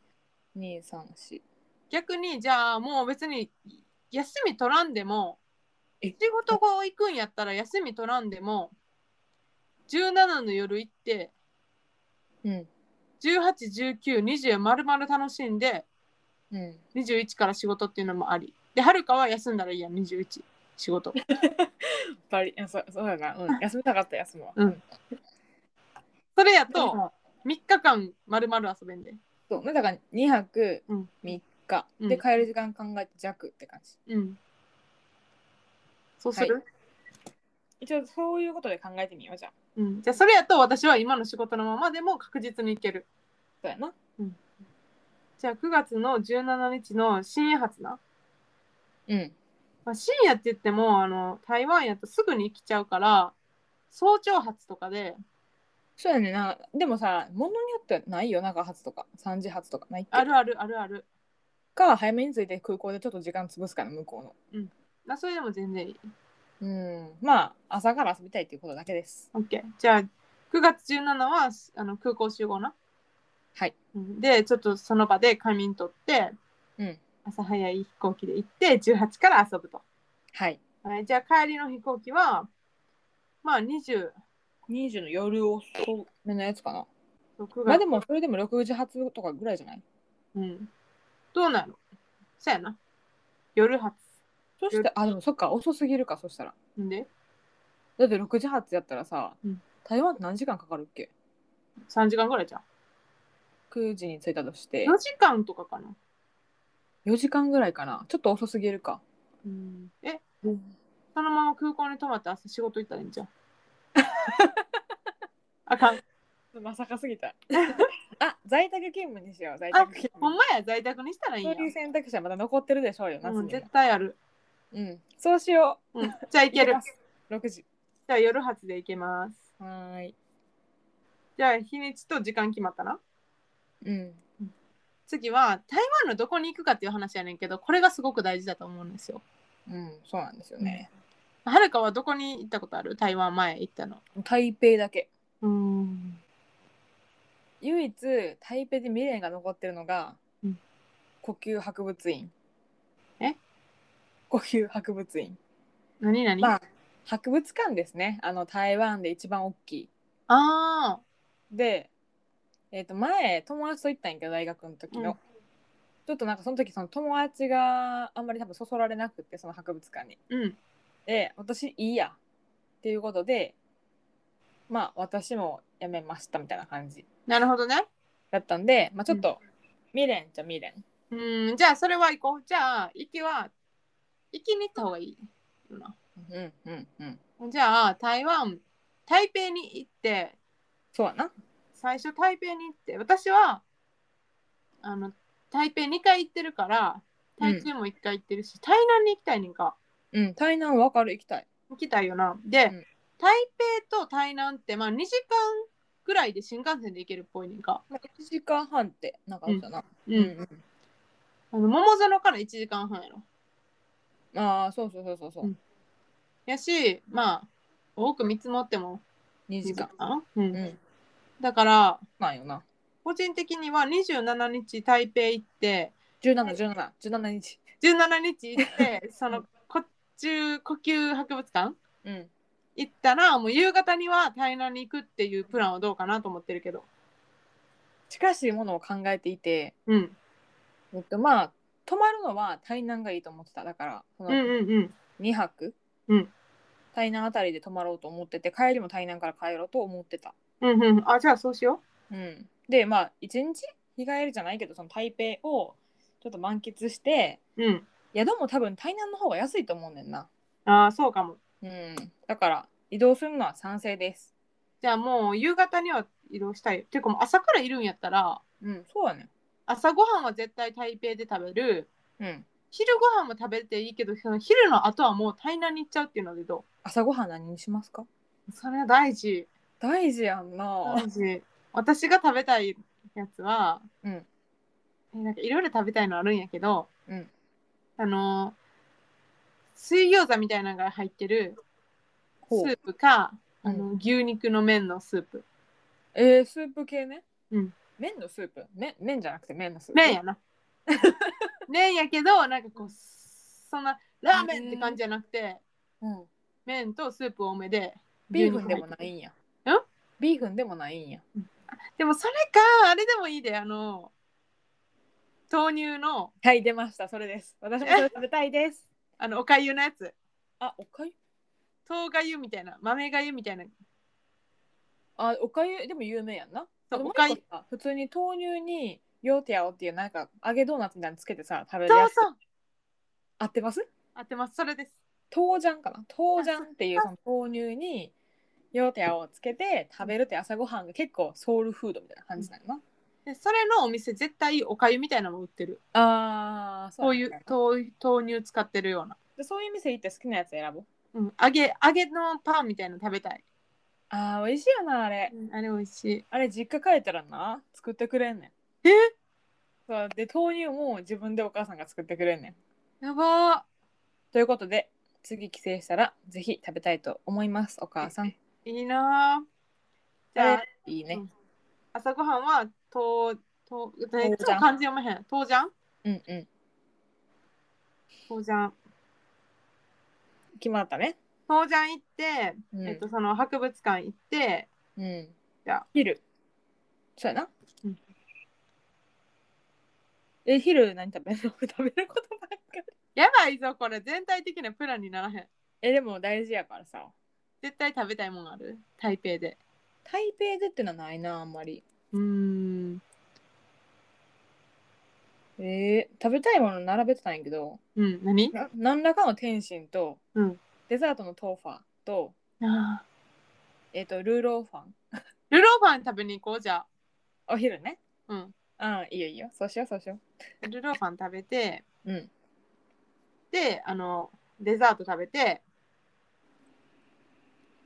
Speaker 2: 2、3、4。
Speaker 1: 逆にじゃあもう別に休み取らんでも
Speaker 2: え
Speaker 1: 仕事後行くんやったら休み取らんでも17の夜行って
Speaker 2: うん。
Speaker 1: 181920まるまる楽しんで
Speaker 2: うん。
Speaker 1: 21から仕事っていうのもありではるかは休んだらいいやん21仕事
Speaker 2: バリ、あそうそうやな。うん。休みたかったら休むわ。
Speaker 1: うんそれやと3日間まるまる遊べんで
Speaker 2: そう。だから2泊
Speaker 1: うん
Speaker 2: 3日、
Speaker 1: うん
Speaker 2: で帰る時間考えて弱って感じ。
Speaker 1: うんそうする、
Speaker 2: は一応そういうことで考えてみようじゃん。
Speaker 1: うん、じゃあそれやと私は今の仕事のままでも確実にいける
Speaker 2: そうやな。
Speaker 1: じゃあ9月の17日の深夜発な、
Speaker 2: うん。
Speaker 1: まあ、深夜って言ってもあの台湾やとすぐに来ちゃうから早朝発とかで
Speaker 2: そうやねんな。でもさ、ものによってはないよ、中発とか、3時発とかないって。
Speaker 1: あるあるあるある
Speaker 2: か、早めに着いて空港でちょっと時間潰すから、向こ
Speaker 1: なそれでも全然いいう
Speaker 2: の。うん。まあ、朝から遊びたいっていうことだけです。
Speaker 1: OK じゃあ9月17はあの空港集合な
Speaker 2: はい。
Speaker 1: うんでちょっとその場で仮眠取って
Speaker 2: うん。
Speaker 1: 朝早い飛行機で行って18から遊ぶと、
Speaker 2: はい。
Speaker 1: はい、じゃあ帰りの飛行機はまあ20
Speaker 2: 20の夜遅めのやつかな。
Speaker 1: 9月
Speaker 2: まあでも、それでも6時発とかぐらいじゃない
Speaker 1: うん。どうなのそうやな。夜発。
Speaker 2: そして、あ、でもそっか、遅すぎるか、そしたら。
Speaker 1: んで
Speaker 2: だって6時発やったらさ、
Speaker 1: うん
Speaker 2: 台湾って何時間かかるっけ
Speaker 1: ?3 時間ぐらいじゃん。
Speaker 2: ?9 時に着いたとして
Speaker 1: 4、時間とかかな。
Speaker 2: 4時間ぐらいかな。ちょっと遅すぎるか。
Speaker 1: うん、えそのまま空港に泊まって朝仕事行ったらいいんじゃ ん。あかん。
Speaker 2: まさか すぎた。あ、在宅勤務にしよう。在
Speaker 1: あ
Speaker 2: 宅勤、
Speaker 1: ほん
Speaker 2: 務。
Speaker 1: まや、在宅にしたらいいん
Speaker 2: そう
Speaker 1: や。
Speaker 2: いう選択肢はまだ残ってるでしょうよ。夏
Speaker 1: う
Speaker 2: に
Speaker 1: ん、
Speaker 2: は
Speaker 1: 絶対ある。
Speaker 2: うん。そうしよ
Speaker 1: うん、じゃあ
Speaker 2: う。
Speaker 1: 行ける。
Speaker 2: 行ます。六時。
Speaker 1: じゃあ夜発で行けます。
Speaker 2: はーい。
Speaker 1: じゃあ日にちと時間決まったな。
Speaker 2: うん。
Speaker 1: 次は台湾のどこに行くかっていう話やねんけど、これがすごく大事だと思うんですよ。
Speaker 2: うん、そうなんですよね。
Speaker 1: はるかはどこに行ったことある台湾前行ったの。
Speaker 2: 台北だけ。
Speaker 1: うん。
Speaker 2: 唯一台北で未練が残ってるのが、
Speaker 1: うん
Speaker 2: 呼吸博物院。
Speaker 1: え？
Speaker 2: 呼吸博物院。
Speaker 1: 何何、
Speaker 2: まあ博物館ですね。あの台湾で一番大きい。
Speaker 1: ああ。
Speaker 2: で、えっ、と前友達と行ったんやけど大学の時の、
Speaker 1: うん
Speaker 2: ちょっとなんかその時その友達があんまり多分そそられなくってその博物館に。
Speaker 1: うん。
Speaker 2: で私いいやっていうことでまあ私も辞めましたみたいな感じ
Speaker 1: なるほどね。
Speaker 2: だったんで、まあ、ちょっと未練じゃ未練。
Speaker 1: うん。じゃあ、それは行こう。じゃあ、行きは、行きに行った方がいいよな。
Speaker 2: うんうんうん。
Speaker 1: じゃあ、台湾、台北に行って、
Speaker 2: そうやな。
Speaker 1: 最初台北に行って、私は、あの、台北2回行ってるから、台中も1回行ってるし、台南に行きたいねんか。
Speaker 2: うん。台南わかる行きたい。
Speaker 1: 行きたいよな。で、
Speaker 2: うん
Speaker 1: 台北と台南って、まあ、2時間ぐらいで新幹線で行けるっぽいねんか。
Speaker 2: まあ、1時間半ってなんかあったな。
Speaker 1: う。
Speaker 2: うん
Speaker 1: あの桃園から1時間半やろ。。
Speaker 2: ん。ああそうそうそうそうそううん
Speaker 1: やし、まあ、多く見積もっても
Speaker 2: 2時間。
Speaker 1: う、
Speaker 2: うんん。
Speaker 1: だから
Speaker 2: なんよな。
Speaker 1: 個人的には27日台北行って
Speaker 2: 17、17、17日。
Speaker 1: 17日行って そのこ中呼吸博物館
Speaker 2: うん。
Speaker 1: 行ったらもう夕方には台南に行くっていうプランはどうかなと思ってるけど
Speaker 2: 近しいものを考えていて、
Speaker 1: うん
Speaker 2: えっと、まあ、泊まるのは台南がいいと思ってた。だから、そ
Speaker 1: うん
Speaker 2: の
Speaker 1: うんうん
Speaker 2: 2泊、
Speaker 1: うん
Speaker 2: 台南あたりで泊まろうと思ってて、帰りも台南から帰ろうと思ってた。
Speaker 1: うんうんあじゃあそうしよ
Speaker 2: うん。で、まあ、1日日帰りじゃないけど、その台北をちょっと満喫して、
Speaker 1: ううん
Speaker 2: 宿も多分台南の方が安いと思うねんな。
Speaker 1: ああそうかも
Speaker 2: うん。だから、移動するのは賛成です。
Speaker 1: じゃあもう夕方には移動したいていうかもう朝からいるんやったら
Speaker 2: うん、そうやね。
Speaker 1: 朝ごはんは絶対台北で食べる
Speaker 2: うん。
Speaker 1: 昼ご飯も食べていいけどその昼の後はもう台南に行っちゃうっていうのでど
Speaker 2: 朝ごはん何にしますか
Speaker 1: うそれは大事
Speaker 2: 大事やんな。
Speaker 1: 大事私が食べたいやつは
Speaker 2: うん。
Speaker 1: えなんかいろいろ食べたいのあるんやけど、
Speaker 2: うん
Speaker 1: あの水餃子みたいなのが入ってるス
Speaker 2: ほう
Speaker 1: ープか、
Speaker 2: うん
Speaker 1: あの牛肉の麺のスープ
Speaker 2: えー、スープ系ね。
Speaker 1: うん。
Speaker 2: 麺のスープ。麺麺じゃなくて麺のスープ。
Speaker 1: 麺や な麺やけどなんかこうそんなラーメンって感じじゃなくて
Speaker 2: うん。
Speaker 1: 麺とスープ多めで
Speaker 2: ビーフンでもな
Speaker 1: 牛
Speaker 2: い
Speaker 1: 肉入ってる
Speaker 2: んや。
Speaker 1: ん
Speaker 2: ビーフンでもないんや。
Speaker 1: でもそれかあれでもいいであの豆乳の
Speaker 2: はい、出ました。それです。私もそれ食べたいです。
Speaker 1: あのおかゆのやつ
Speaker 2: あ、おかゆ
Speaker 1: 豆がゆみたいな豆がゆみたいな
Speaker 2: あ、おかゆでも有名やんな。
Speaker 1: そう
Speaker 2: でも
Speaker 1: おかゆ
Speaker 2: なんさ普通に豆乳にヨーテヤオっていうなんか揚げドーナツみたいなのつけてさ、食べる
Speaker 1: そ
Speaker 2: や
Speaker 1: う
Speaker 2: つ。
Speaker 1: そう
Speaker 2: 合ってます
Speaker 1: 合ってますそれです
Speaker 2: 豆醤かな豆醤っていうその豆乳にヨーテヤをつけて食べるって朝ごはんが結構ソウルフードみたいな感じなのな、
Speaker 1: でそれのお店絶対おかゆみたいなのも売ってる
Speaker 2: ああそ
Speaker 1: こう
Speaker 2: い
Speaker 1: いうう豆豆乳使ってるような、
Speaker 2: でそういう店行って好きなやつ選ぼう
Speaker 1: うん、揚げ揚げのパンみたいなの食べたい、
Speaker 2: あー美味しいよなあれ
Speaker 1: うんあれ美味しい
Speaker 2: あれ実家帰ったらな作ってくれんねん
Speaker 1: え
Speaker 2: そうで豆乳も自分でお母さんが作ってくれんねん
Speaker 1: やばー
Speaker 2: ということで次帰省したらぜひ食べたいと思いますお母さん
Speaker 1: いいなーじゃあ
Speaker 2: いいね
Speaker 1: 朝ごはんは豆豆
Speaker 2: 豆
Speaker 1: いつも漢字読めへん豆醤
Speaker 2: うんうん
Speaker 1: 豆醤
Speaker 2: 決まったね
Speaker 1: 豆醤行って、
Speaker 2: うん
Speaker 1: えっとその博物館行って
Speaker 2: うん
Speaker 1: じゃあ
Speaker 2: 昼そうやな、
Speaker 1: うん
Speaker 2: え昼何食べるの 食べることばっかり
Speaker 1: やばいぞこれ全体的なプランにならへん
Speaker 2: えでも大事やからさ
Speaker 1: 絶対食べたいもんある台北で
Speaker 2: 台北でってのはないなあんまり
Speaker 1: うーん
Speaker 2: えー食べたいもの並べてたんやけど
Speaker 1: うん何
Speaker 2: な何らかの天津と、
Speaker 1: うん
Speaker 2: デザートのトーファーと
Speaker 1: あー
Speaker 2: えっ、とルーローファン
Speaker 1: ルローファン食べに行こうじゃ
Speaker 2: お昼ね
Speaker 1: あうん
Speaker 2: あいいよいいよそうしようそうしよ
Speaker 1: ルローファン食べて
Speaker 2: ううん
Speaker 1: であのデザート食べて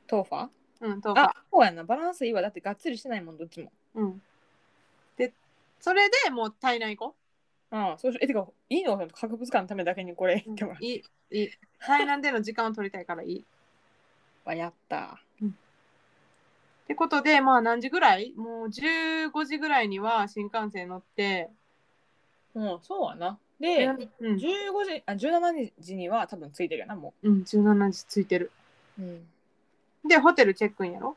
Speaker 2: トーファー
Speaker 1: うん豆腐
Speaker 2: あそうやなバランスいいわだってがっつりしてないもんどっちも
Speaker 1: うんでそれでもう台南行こ
Speaker 2: ああそうしえてかいいの博物館のためだけにこれ
Speaker 1: う、う
Speaker 2: 言
Speaker 1: ん
Speaker 2: ってもらう、
Speaker 1: いいいい台南での時間を取りたいからいい
Speaker 2: わやった
Speaker 1: ってことで、まあ何時ぐらいもう15時ぐらいには新幹線乗って、
Speaker 2: うん、そうやな。で、
Speaker 1: うん、
Speaker 2: 15時あ17時には多分ついてるよな、も
Speaker 1: うん、17時ついてる。
Speaker 2: う。うん。
Speaker 1: で、ホテルチェックインやろ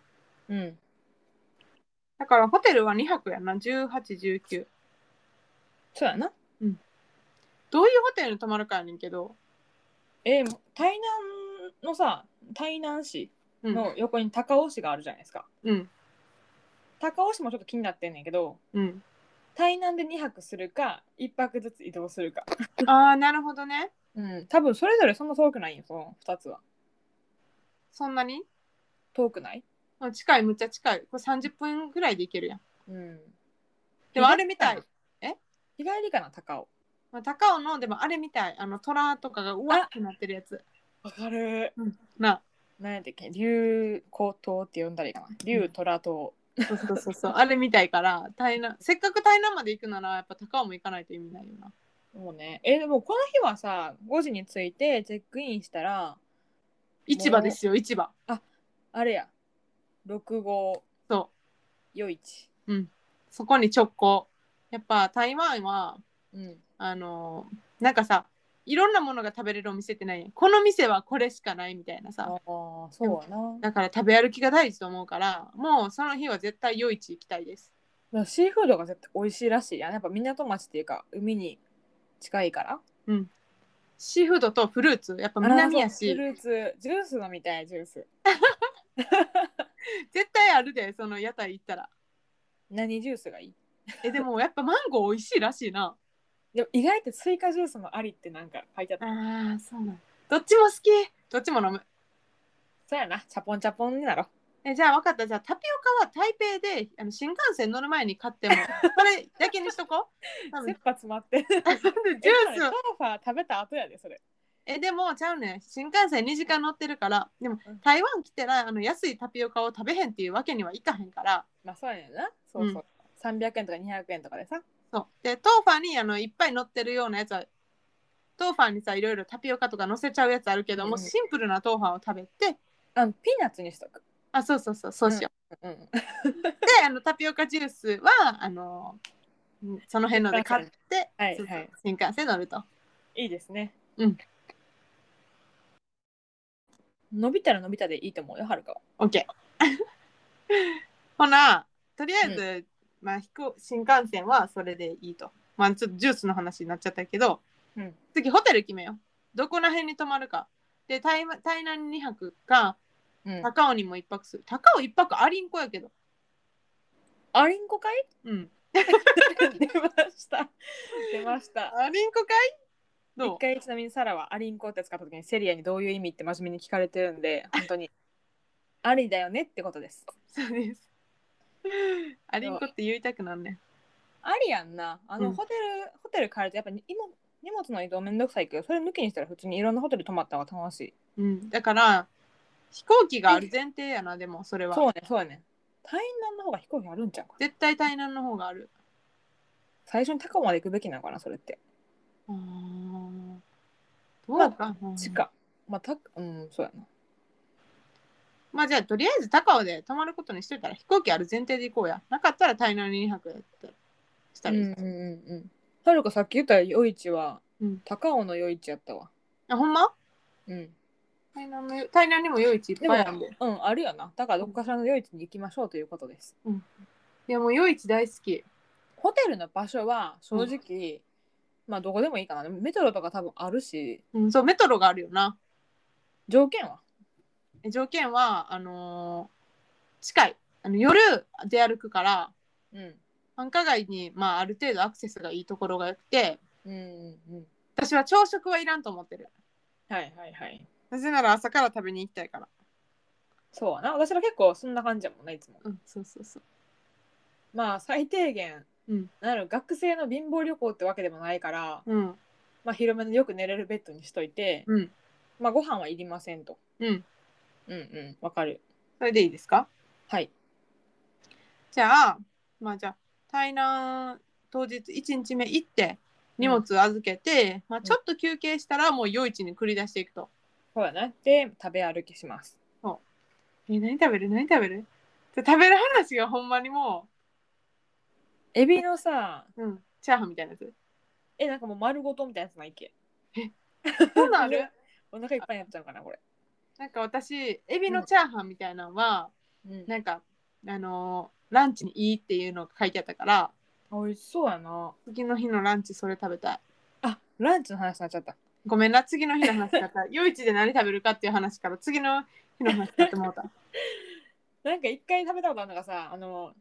Speaker 2: うん。
Speaker 1: だからホテルは2泊やな、18、19。
Speaker 2: そうやな。
Speaker 1: どういうホテルに泊まるかやねんけど、
Speaker 2: えー台南のさ、台南市
Speaker 1: うん、
Speaker 2: の横に高尾市があるじゃないですか。
Speaker 1: うん、
Speaker 2: 高尾市もちょっと気になってんねんけど、
Speaker 1: うん。
Speaker 2: 台南で2泊するか、1泊ずつ移動するか。
Speaker 1: ああ、なるほどね。
Speaker 2: うん。多分それぞれそんな遠くないよ、その2つは。
Speaker 1: そんなに
Speaker 2: 遠くない
Speaker 1: うん近い、むっちゃ近い。これ30分ぐらいで行けるやん。
Speaker 2: うん。
Speaker 1: でもあれみたい。
Speaker 2: 日帰りかな、高尾。
Speaker 1: まあ高尾の、でもあれみたい。あの、虎とかがうわってなってるやつ。
Speaker 2: わかる。
Speaker 1: な
Speaker 2: 何やったっけ竜高島って呼んだらいいかな。竜虎島。
Speaker 1: あ、そうそうそうそう。あれみたいから、台南、せっかく台南まで行くなら、やっぱ高尾も行かないと意味ないよな。
Speaker 2: もうね、えでもこの日はさ5時に着いてチェックインしたら
Speaker 1: 市場ですよ市場
Speaker 2: あれや6号
Speaker 1: そ
Speaker 2: 夜市
Speaker 1: そこに直行やっぱ台湾は
Speaker 2: うん
Speaker 1: あのーなんかさいろんなものが食べれるお店ってないやんこの店はこれしかないみたいな
Speaker 2: あ
Speaker 1: さ
Speaker 2: あーそうやな
Speaker 1: だから食べ歩きが大事と思うからもうその日は絶対夜市行きたいです
Speaker 2: でもシーフードが絶対美味しいらしいやんやっぱ港町っていうか海に近いから
Speaker 1: シーフードとフルーツやっぱ南や
Speaker 2: あーそう
Speaker 1: し
Speaker 2: フルーツジュース飲みたいジュース
Speaker 1: 絶対あるでその屋台行ったら
Speaker 2: 何ジュースがいい
Speaker 1: えで もやっぱマンゴー美味しいらしいな
Speaker 2: でも意外とスイカジュースもありってなんか書いてあった
Speaker 1: あーそうなんどっちも好きどっちも飲む
Speaker 2: そうやなチャポンチャポンになろう
Speaker 1: えじゃあ分かったじゃあタピオカは台北であの新幹線乗る前に買って もこれだけにしとこう多分
Speaker 2: 切羽詰まって ジュー
Speaker 1: ジュース
Speaker 2: トーファー食べた後やでそれ
Speaker 1: えでもちゃうねん新幹線2時間乗ってるからでも
Speaker 2: うん
Speaker 1: 台湾来たらあの安いタピオカを食べへんっていうわけにはいかへんから
Speaker 2: まあそうやねんなそうそう、300円とか200円とかでさ
Speaker 1: そうでトーファーにあのいっぱい乗ってるようなやつはトーファーにさいろいろタピオカとか乗せちゃうやつあるけど、もう
Speaker 2: うん
Speaker 1: シンプルなトーファーを食べて
Speaker 2: あのピーナッツにしとく。
Speaker 1: あそうそうそうそうしよ
Speaker 2: うん。
Speaker 1: う、であのタピオカジュースはあのうんその辺ので買って、
Speaker 2: はい
Speaker 1: そうそう
Speaker 2: はい
Speaker 1: 新幹線乗ると
Speaker 2: いいですね。
Speaker 1: うん。
Speaker 2: 伸びたら伸びたでいいと思うよ、はるかは。
Speaker 1: オッケー。ほな、とりあえず、まあ、飛行新幹線はそれでいいと。まあ、ちょっとジュースの話になっちゃったけど、
Speaker 2: うん
Speaker 1: 次ホテル決めよう。どこら辺に泊まるか。で、台湾台南に2泊か、
Speaker 2: うん、
Speaker 1: 高尾にも1泊する。高尾1泊ありんこやけど。
Speaker 2: アリンコかい
Speaker 1: うん。
Speaker 2: 出ました出ました
Speaker 1: ありんこかいど
Speaker 2: 一
Speaker 1: う
Speaker 2: 回ちなみにサラはアリンコって使った時にセリアにどういう意味って真面目に聞かれてるんで本 当にありだよねってことです
Speaker 1: そうです。ありんこって言いたくなんねん。
Speaker 2: ありやんなあ
Speaker 1: う
Speaker 2: の
Speaker 1: ん
Speaker 2: ホテル、ホテル変えるとやっぱに今荷物の移動めんどくさいけどそれ抜きにしたら普通にいろんなホテル泊まった方が楽しい
Speaker 1: うん、だから飛行機がある前提やなでもそれは
Speaker 2: そうねそうやね台南の方が飛行機あるんちゃうか
Speaker 1: 絶対台南の方がある
Speaker 2: 最初に高尾まで行くべきなのかなそれって
Speaker 1: どうか、うん
Speaker 2: 地下、まあたうんそうやな
Speaker 1: まあじゃあとりあえず高尾で泊まることにしといたら飛行機ある前提で行こうやなかったら台南に2泊やったらしたらいい、
Speaker 2: うんうんうんうんはるかさっき言った夜市は、
Speaker 1: うん
Speaker 2: 高尾の夜市やったわ
Speaker 1: あほんま
Speaker 2: うん
Speaker 1: 台南の台南にも夜市いっ
Speaker 2: で
Speaker 1: ぱ
Speaker 2: も
Speaker 1: いあるんで
Speaker 2: うんあるよなだからどこかしらの夜市に行きましょうということです
Speaker 1: いやもう夜市大好き
Speaker 2: ホテルの場所は正直、まあどこでもいいかなでもメトロとか多分あるし
Speaker 1: うんそうメトロがあるよな
Speaker 2: 条件は
Speaker 1: え条件はあのー近いあの夜出歩くから
Speaker 2: うん
Speaker 1: 繁華街に、まあ、ある程度アクセスがいいところがよくて
Speaker 2: うんうんうん
Speaker 1: 私は朝食はいらんと思ってる
Speaker 2: はいはいはい
Speaker 1: なぜなら朝から食べに行きたいから
Speaker 2: そうやな私ら結構そんな感じやもんないつも
Speaker 1: うんそうそうそう
Speaker 2: まあ最低限、
Speaker 1: うん
Speaker 2: なる学生の貧乏旅行ってわけでもないから、
Speaker 1: うん
Speaker 2: まあ、広めのよく寝れるベッドにしといて、
Speaker 1: うん
Speaker 2: まあ、ご飯はいりませんと
Speaker 1: うん
Speaker 2: うんうんわかる
Speaker 1: それでいいですか
Speaker 2: はい
Speaker 1: じゃあまあじゃあ台南当日1日目行って荷物預けて、まあ、ちょっと休憩したらもう夜市に繰り出していくと、
Speaker 2: そうやなで食べ歩きします
Speaker 1: え何食べる何食べるじゃあ食べる話がほんまにも
Speaker 2: エビのさ
Speaker 1: う、うん、チャーハンみたいなやつ
Speaker 2: えなんかもう丸ごとみたいなやつないっけ
Speaker 1: そうなる
Speaker 2: お腹いっぱいになっちゃうかなこれ
Speaker 1: なんか私エビのチャーハンみたいなのは、
Speaker 2: うん
Speaker 1: なんかあのーランチにいいっていうのが書いてあったから
Speaker 2: 美味しそうやな
Speaker 1: 次の日のランチそれ食べたい
Speaker 2: あランチの話になっちゃった
Speaker 1: ごめんな次の日の話だ った夜市で何食べるかっていう話から次の日の話だってもうた
Speaker 2: なんか一回食べたことあるのがさあの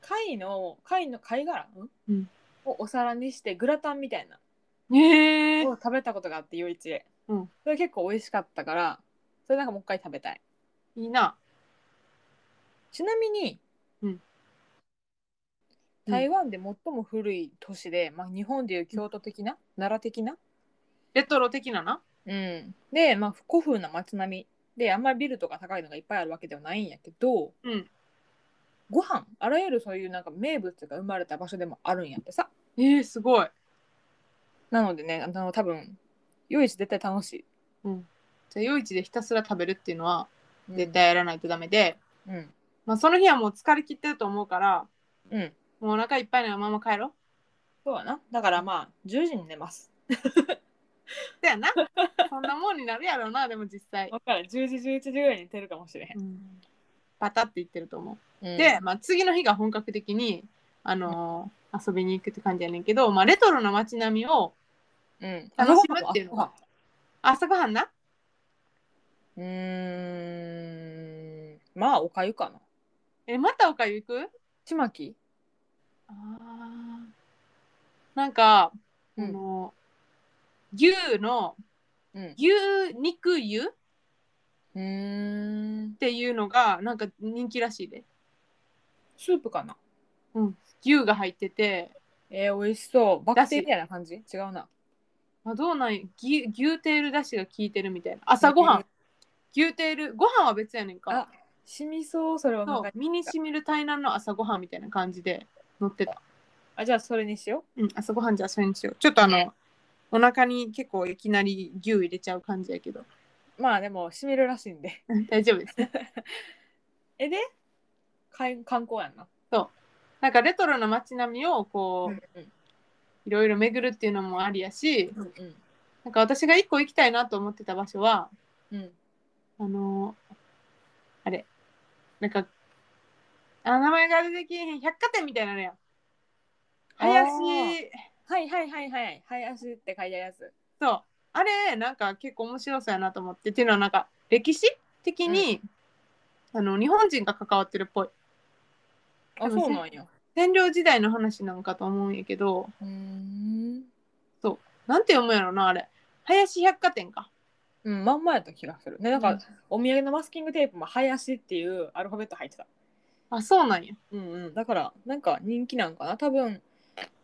Speaker 2: 貝の貝の貝殻ん、
Speaker 1: うん
Speaker 2: をお皿にしてグラタンみたいな
Speaker 1: へえ
Speaker 2: を食べたことがあって夜市で、
Speaker 1: うん
Speaker 2: それ結構美味しかったからそれなんかもう一回食べたい
Speaker 1: いいな
Speaker 2: ちなみに、
Speaker 1: うん
Speaker 2: 台湾で最も古い都市で、まあ、日本でいう京都的な、奈良的な、
Speaker 1: レトロ的なな
Speaker 2: うん、で、まあ、古風な街並みであんまりビルとか高いのがいっぱいあるわけではないんやけど
Speaker 1: うん
Speaker 2: ご飯あらゆるそういうなんか名物が生まれた場所でもあるんやってさ
Speaker 1: えー、すごい
Speaker 2: なのでねあの多分夜市絶対楽しい、
Speaker 1: じゃあ夜市でひたすら食べるっていうのは
Speaker 2: うん
Speaker 1: 絶対やらないとダメで、
Speaker 2: うん
Speaker 1: まあ、その日はもう疲れ切ってると思うから
Speaker 2: うん
Speaker 1: もうお腹いっぱいのまま帰ろう
Speaker 2: そうやなだからまあ10時に寝ます
Speaker 1: だ よなそんなもんになるやろうなでも実際、
Speaker 2: だから10時11時ぐらいに寝てるかもしれ
Speaker 1: うん、パタっていってると思う
Speaker 2: へん、うん、
Speaker 1: で、まあ、次の日が本格的に、あのー遊びに行くって感じやねんけど、まあ、レトロな街並みを
Speaker 2: うん、
Speaker 1: 楽しむっていうの
Speaker 2: は
Speaker 1: は朝ごはんな
Speaker 2: うーんまあおかゆかな
Speaker 1: えまたおかゆ行く
Speaker 2: ちまき
Speaker 1: あーなんか、
Speaker 2: うん
Speaker 1: あのー牛の
Speaker 2: うん
Speaker 1: 牛肉湯っ
Speaker 2: うーん
Speaker 1: ていうのがなんか人気らしいで
Speaker 2: スープかな
Speaker 1: 牛が入ってて、
Speaker 2: えー、美味しそうバ
Speaker 1: だ
Speaker 2: ク
Speaker 1: し
Speaker 2: テリアな感じ違うな
Speaker 1: まあ、どうなんや牛牛テールだしが効いてるみたいな朝ごはん牛テールご飯は別やねんか
Speaker 2: あしみそうそれはな
Speaker 1: そ
Speaker 2: んか
Speaker 1: う身にしみる台南の朝ごはんみたいな感じで乗ってた、
Speaker 2: あじゃあそれにしよ
Speaker 1: うん、朝ごはんじゃあそれにしようちょっとあのお腹に結構いきなり牛入れちゃう感じやけど
Speaker 2: うまあでもしみるらしいんで
Speaker 1: 大丈夫ですね
Speaker 2: えでかい観光やんな
Speaker 1: なんかレトロな街並みをこう、
Speaker 2: ん
Speaker 1: いろいろ巡るっていうのもありやし
Speaker 2: うんうん
Speaker 1: なんか私が一個行きたいなと思ってた場所は
Speaker 2: うん
Speaker 1: あのあれなんかあ名前が出てきへん百貨店みたいなのや
Speaker 2: あー
Speaker 1: 林
Speaker 2: はいはいはいはい林って書いてあるやつ
Speaker 1: そうあれなんか結構面白そうやなと思ってっていうのはなんか歴史的に、あの日本人が関わってるっぽい
Speaker 2: あそうなんや
Speaker 1: 占領時代の話なんかと思うんやけど
Speaker 2: うーん
Speaker 1: なんて読むやろなあれ林百貨店か
Speaker 2: うんまんまやった気がするねなんか、
Speaker 1: うん
Speaker 2: お土産のマスキングテープも「林」っていうアルファベット入ってた
Speaker 1: あそうなんや
Speaker 2: うんうん、だからなんか人気なんかな多分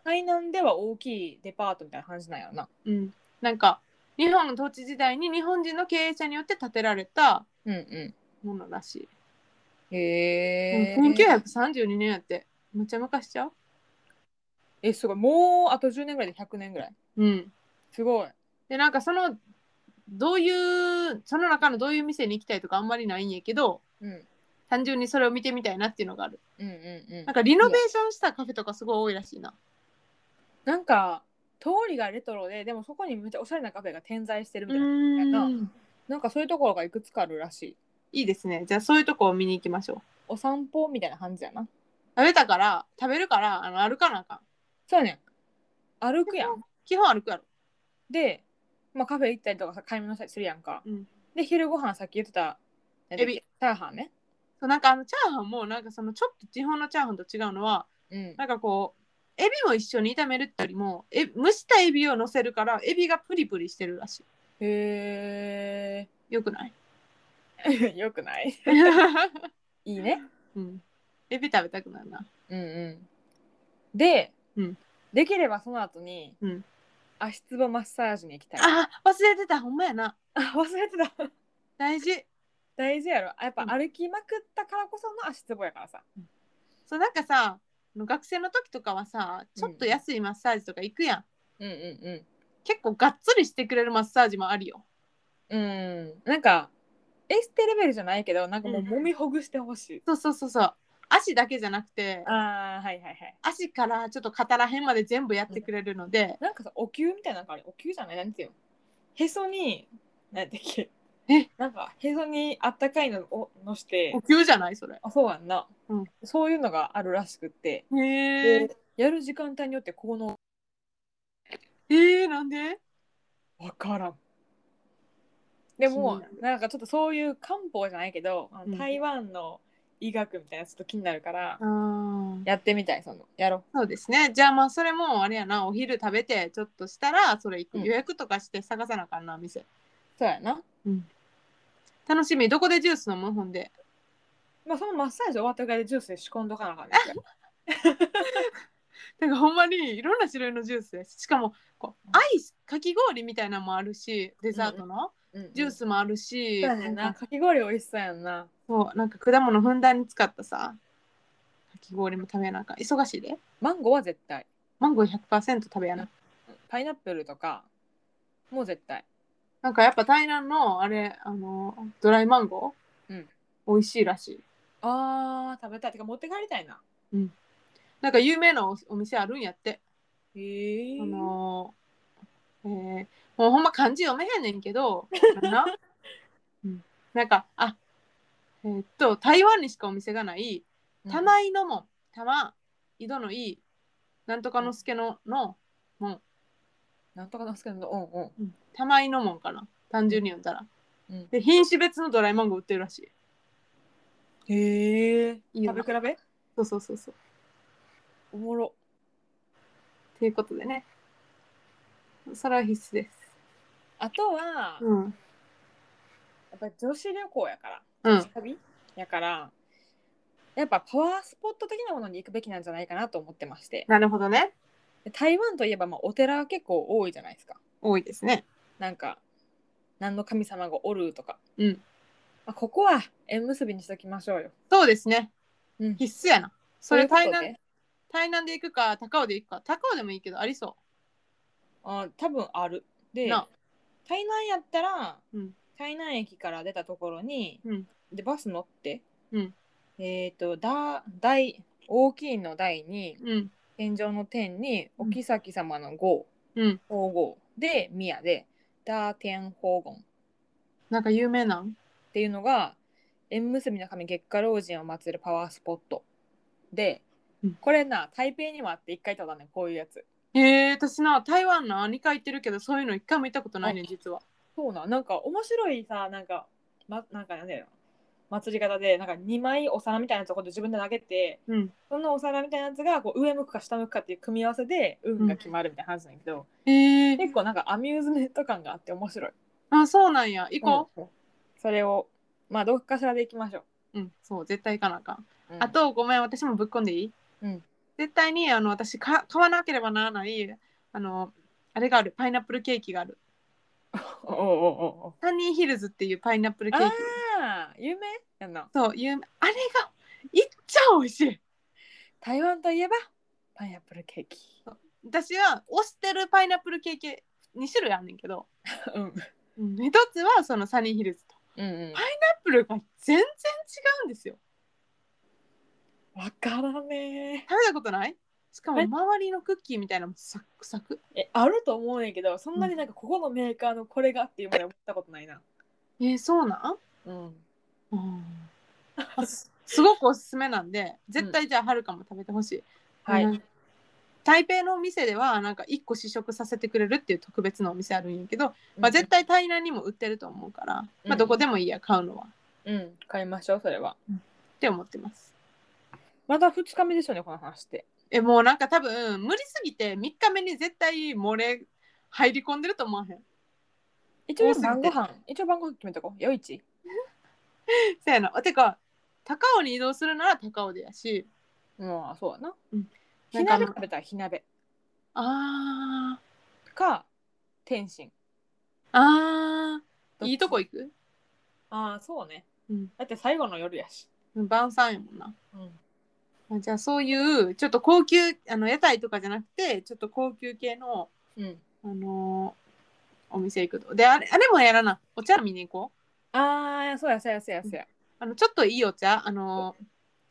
Speaker 2: 海南では大きいデパートみたいな感じなんやろな
Speaker 1: うんなんか日本の統治時代に日本人の経営者によって建てられた
Speaker 2: うんう
Speaker 1: ものらし
Speaker 2: ん
Speaker 1: い、
Speaker 2: へえ、
Speaker 1: うん1932年やってめっちゃ昔ちゃう
Speaker 2: えすごいもうあと10年ぐらいで100年ぐらい
Speaker 1: うん
Speaker 2: すごい
Speaker 1: でなんかそのどういうその中のどういう店に行きたいとかあんまりないんやけど
Speaker 2: うんうん
Speaker 1: 単純にそれを見てみたいなっていうのがある
Speaker 2: うんうん
Speaker 1: なんかリノベーションしたカフェとかすごい多いらしいな
Speaker 2: なんか通りがレトロででもそこにめっちゃおしゃれなカフェが点在してるみたいな、
Speaker 1: ん
Speaker 2: なんかそういうところがいくつかあるらしい
Speaker 1: いいですねじゃあそういうとこを見に行きましょう
Speaker 2: お散歩みたいな感じやな
Speaker 1: 食べたから食べるからあの歩かなあかん
Speaker 2: そうやねん歩くやん
Speaker 1: 基本歩くやろ
Speaker 2: で、まあ、カフェ行ったりとかさ買い物したりするやんか、
Speaker 1: うん
Speaker 2: で昼ご飯さっき言ってたなんだっけ
Speaker 1: エビ
Speaker 2: チャーハンね
Speaker 1: そうなんかあのチャーハンもなんかそのちょっと日本のチャーハンと違うのは
Speaker 2: うん
Speaker 1: なんかこうエビも一緒に炒めるってよりもえ蒸したエビを乗せるからエビがプリプリしてるらし
Speaker 2: へ
Speaker 1: いよくない
Speaker 2: え。 よくない。いいね。
Speaker 1: うんエビ食べたくなるな
Speaker 2: うんうん。で、
Speaker 1: うん
Speaker 2: できればその後に、
Speaker 1: うん
Speaker 2: 足つぼマッサージに行きたい。
Speaker 1: あ忘れてたほんまやな
Speaker 2: あ忘れてた。
Speaker 1: 大事
Speaker 2: 大事やろ。やっぱ
Speaker 1: うん
Speaker 2: 歩きまくったからこその足つぼやからさ。
Speaker 1: そうなんかさあの学生の時とかはさちょっと安いマッサージとか行くやん、
Speaker 2: うんう
Speaker 1: 結構がっつりしてくれるマッサージもあるよ
Speaker 2: んうん。うん。なんか、エステレベルじゃないけど、なんかもう
Speaker 1: うん
Speaker 2: 揉みほぐしてほしい。
Speaker 1: そうそうそうそう足だけじゃなくて
Speaker 2: ああ、はいはいはい。
Speaker 1: 足からちょっと肩らへんまで全部やってくれるので、
Speaker 2: なんかさ、お灸みたいなのがあれ、お灸じゃないなんていうのへそに、なんてっけ
Speaker 1: え
Speaker 2: なんか、へそにあったかいのをのして
Speaker 1: お、灸じゃないそれ
Speaker 2: あそうやんな、
Speaker 1: うん
Speaker 2: そういうのがあるらしくって、
Speaker 1: へえ
Speaker 2: でやる時間帯によって効能
Speaker 1: えー、なんで
Speaker 2: 分からんで
Speaker 1: そう
Speaker 2: も
Speaker 1: なん
Speaker 2: なんかちょっとそういう漢方じゃないけど、あの
Speaker 1: うん
Speaker 2: 台湾の医学みたいなちょっと気になるから、
Speaker 1: あー
Speaker 2: やってみたいそのやろ
Speaker 1: そうですねじゃあまあそれもあれやなお昼食べてちょっとしたらそれ行く、
Speaker 2: うん
Speaker 1: 予約とかして探さなあかんな店
Speaker 2: うそうやな、
Speaker 1: 楽しみどこでジュース飲むほんで
Speaker 2: まあ、そのマッサージ終わったぐらいでジュースで仕込んどかなあかんねんけど
Speaker 1: なんかほんまにいろんな種類のジュースですしかもこうアイスかき氷みたいなのもあるしデザートの
Speaker 2: うんうん
Speaker 1: ジュースもあるし、
Speaker 2: そうやねん
Speaker 1: な
Speaker 2: なん
Speaker 1: か
Speaker 2: かき氷美味しそうやんな
Speaker 1: そうなんか果物ふんだんに使ったさかき氷も食べなあかん忙しいで
Speaker 2: マンゴーは絶対
Speaker 1: マンゴー100%食べやな
Speaker 2: パイナップルとかもう絶対
Speaker 1: なんかやっぱ台南のあれあのドライマンゴー、
Speaker 2: うん
Speaker 1: 美味しいらしい
Speaker 2: あー食べたいてか持って帰りたいな
Speaker 1: なんか有名なおお店あるんやって、
Speaker 2: へえ
Speaker 1: あのえーもうほんま漢字読めへんねんけ どなんな,、うん、なんかあえーっと台湾にしかお店がない玉井の門玉井戸のいいなんとかの助のの門
Speaker 2: なんとかなんですけど、うんうん。
Speaker 1: 玉井の門かな単純に読んだら、
Speaker 2: うん
Speaker 1: で品種別のドラえもんが売ってるらしい
Speaker 2: へえ。
Speaker 1: いいよな
Speaker 2: 食べ比べ
Speaker 1: そうそうそうそう
Speaker 2: おもろ。
Speaker 1: ということでねそれは必須です
Speaker 2: あとは、や
Speaker 1: うん
Speaker 2: っぱ女子旅行やか
Speaker 1: う
Speaker 2: ら、
Speaker 1: ん
Speaker 2: 旅やから、やっぱパワースポット的なものに行くべきなんじゃないかなと思ってまして、
Speaker 1: なるほどね
Speaker 2: で台湾といえばまあお寺が結構多いじゃないですか。
Speaker 1: 多いですね
Speaker 2: なんか、何の神様がおるとか。
Speaker 1: うん
Speaker 2: まあ、ここは縁結びにしときましょうよ。
Speaker 1: そうですね
Speaker 2: うん
Speaker 1: 必須やなそれ
Speaker 2: と
Speaker 1: 台
Speaker 2: いうこと
Speaker 1: 南
Speaker 2: で
Speaker 1: 台南で行くか高尾で行くか高尾でもいいけどありそ
Speaker 2: あ多分あるで
Speaker 1: な
Speaker 2: 台南やったら、
Speaker 1: うん
Speaker 2: 台南駅から出たところに、
Speaker 1: うん
Speaker 2: でバス乗って、
Speaker 1: うん
Speaker 2: えっ、とだ大大きいの台に
Speaker 1: ううん
Speaker 2: 天井の天に
Speaker 1: うん
Speaker 2: お妃様の号
Speaker 1: うん
Speaker 2: 皇后で宮でダー天宝言っ
Speaker 1: なんか有名なん
Speaker 2: ていうのが縁結びの神月下老人を祀るパワースポットで
Speaker 1: うん
Speaker 2: これな台北にもあって一回行ったことあんねんこういうやつ
Speaker 1: えー、私な台湾な2回行ってるけどそういうの1回も行ったことないねん実は。
Speaker 2: そうなんなんか面白いさなんか、ま、なんかなんだよ祭り方でなんか2枚お皿みたいなとこで自分で投げて
Speaker 1: うん、
Speaker 2: そのお皿みたいなやつがこう上向くか下向くかっていう組み合わせで運が決まるみたいな話なんやけど、
Speaker 1: えー、
Speaker 2: 結構なんかアミューズメント感があって面白い
Speaker 1: あそうなんや行こ
Speaker 2: うんそれをまあどっかしらで行きましょ
Speaker 1: う。
Speaker 2: う
Speaker 1: うん、そう絶対行かなあかん。
Speaker 2: うん
Speaker 1: あとごめん私もぶっこんでいい、
Speaker 2: うん
Speaker 1: 絶対にあの私か買わなければならないあのあれがあるパイナップルケーキがある
Speaker 2: おうおうおうおう
Speaker 1: サニーヒルズっていうパイナップルケーキ
Speaker 2: ああ有名やんな
Speaker 1: そう有名あれがいっちゃ美味しい
Speaker 2: 台湾といえばパイナップルケーキ
Speaker 1: 私は推してるパイナップルケーキ2種類あんねんけど、
Speaker 2: うんうん
Speaker 1: うん、1つはそのサニーヒルズと
Speaker 2: う
Speaker 1: パ
Speaker 2: ん
Speaker 1: イナップルが全然違うんですよ
Speaker 2: わからね
Speaker 1: 食べたことないしかも
Speaker 2: え
Speaker 1: 周りのクッキーみたいなのもサックサク
Speaker 2: ええあると思うんやけどそんなになんかここのメーカーのこれがっていうまで思ったことないな
Speaker 1: えーそうなん
Speaker 2: うん
Speaker 1: うんあす すごくおすすめなんで絶対じゃあはるかも食べてほしい、
Speaker 2: はい、
Speaker 1: うん台北のお店ではなんか1個試食させてくれるっていう特別なお店あるんやけど、まあ、絶対台南にも売ってると思うから、まあ、どこでもいいや買うのはっ
Speaker 2: うん買いましょうそれは
Speaker 1: て思ってます
Speaker 2: まだ2日目でしょうねこの話って
Speaker 1: えもうなんか多分無理すぎて3日目に絶対漏れ入り込んでると思わへん
Speaker 2: 一応
Speaker 1: 多すぎて
Speaker 2: 晩ご飯一応晩ご飯決めとこう夜市
Speaker 1: せやなてか高尾に移動するなら高尾でやし
Speaker 2: うんあそうやな
Speaker 1: うん
Speaker 2: 火
Speaker 1: なんかあの
Speaker 2: 鍋食べたら火鍋
Speaker 1: あー
Speaker 2: か天津
Speaker 1: あー
Speaker 2: どっち
Speaker 1: いいとこ行く
Speaker 2: ああそうね、
Speaker 1: うん
Speaker 2: だって最後の夜やし、
Speaker 1: うん晩餐やもんな
Speaker 2: うん、
Speaker 1: あじゃあそういうちょっと高級あの屋台とかじゃなくてちょっと高級系の、
Speaker 2: うん、
Speaker 1: あのーお店行くとであれあれもやらなお茶飲みに行こう
Speaker 2: ああそうやそうやそうやそうや
Speaker 1: あのちょっといいお茶あのー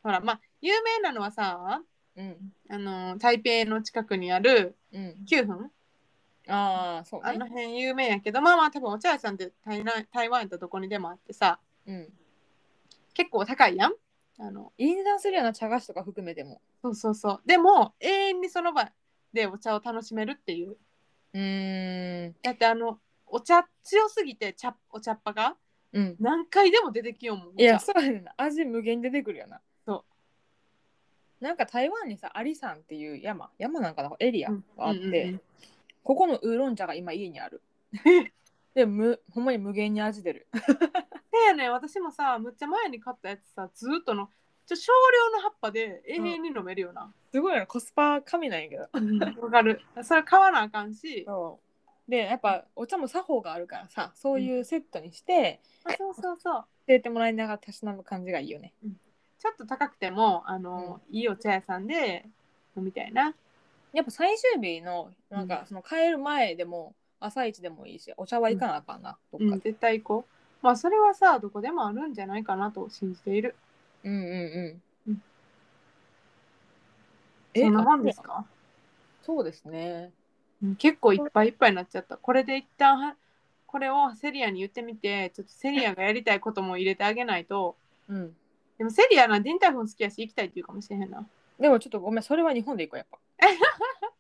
Speaker 1: ほらまあ有名なのはさ
Speaker 2: うん
Speaker 1: あのー台北の近くにある
Speaker 2: うん
Speaker 1: 9分
Speaker 2: ああそう
Speaker 1: あ
Speaker 2: ね
Speaker 1: の辺有名やけどまあまあ多分お茶屋さんって台南台湾やったらどこにでもあってさ
Speaker 2: うん
Speaker 1: 結構高いやんあの
Speaker 2: いい値段するような茶菓子とか含めても
Speaker 1: そうそうそうでも永遠にその場でお茶を楽しめるっていう
Speaker 2: うーん
Speaker 1: だってあのお茶強すぎて茶お茶っ葉が
Speaker 2: うん
Speaker 1: 何回でも出てきようもんお茶
Speaker 2: いやそうやねんな味無限に出てくるよな
Speaker 1: そう
Speaker 2: なんか台湾にさアリ山っていう山山なんかなエリア
Speaker 1: うん
Speaker 2: があって、
Speaker 1: うんうんうん
Speaker 2: ここのウーロン茶が今家に ある
Speaker 1: え
Speaker 2: でむほんまに無限に味出る
Speaker 1: せやねん私もさむっちゃ前に買ったやつさずーっとのちょ少量の葉っぱで永遠に飲めるよな
Speaker 2: すごいよなコスパ神なんやけど
Speaker 1: わ、かるそれ買わなあかんし
Speaker 2: でやっぱお茶も作法があるからさそういうセットにして、
Speaker 1: あそうそうそう
Speaker 2: 教えてもらいながらたしなむ感じがいいよね
Speaker 1: ちょっと高くてもあの、いいお茶屋さんで飲みたいな
Speaker 2: やっぱ最終日のなんかその帰る前でも朝一でもいいしお茶は行かなあかんな、
Speaker 1: う
Speaker 2: どっ
Speaker 1: ん
Speaker 2: かで、
Speaker 1: 絶対行こうまあそれはさどこでもあるんじゃないかなと信じている
Speaker 2: うん、うんうん
Speaker 1: うん
Speaker 2: え
Speaker 1: そんなもんですか
Speaker 2: そうですね
Speaker 1: うん結構いっぱいいっぱいになっちゃった。これで一旦はこれをセリアに言ってみて、ちょっとセリアがやりたいことも入れてあげないと。
Speaker 2: うん
Speaker 1: でもセリアな、デンタイフォン好きやし、行きたいって言うかもしれへんな。
Speaker 2: でもちょっとごめんそれは日本で行こうやっ ぱ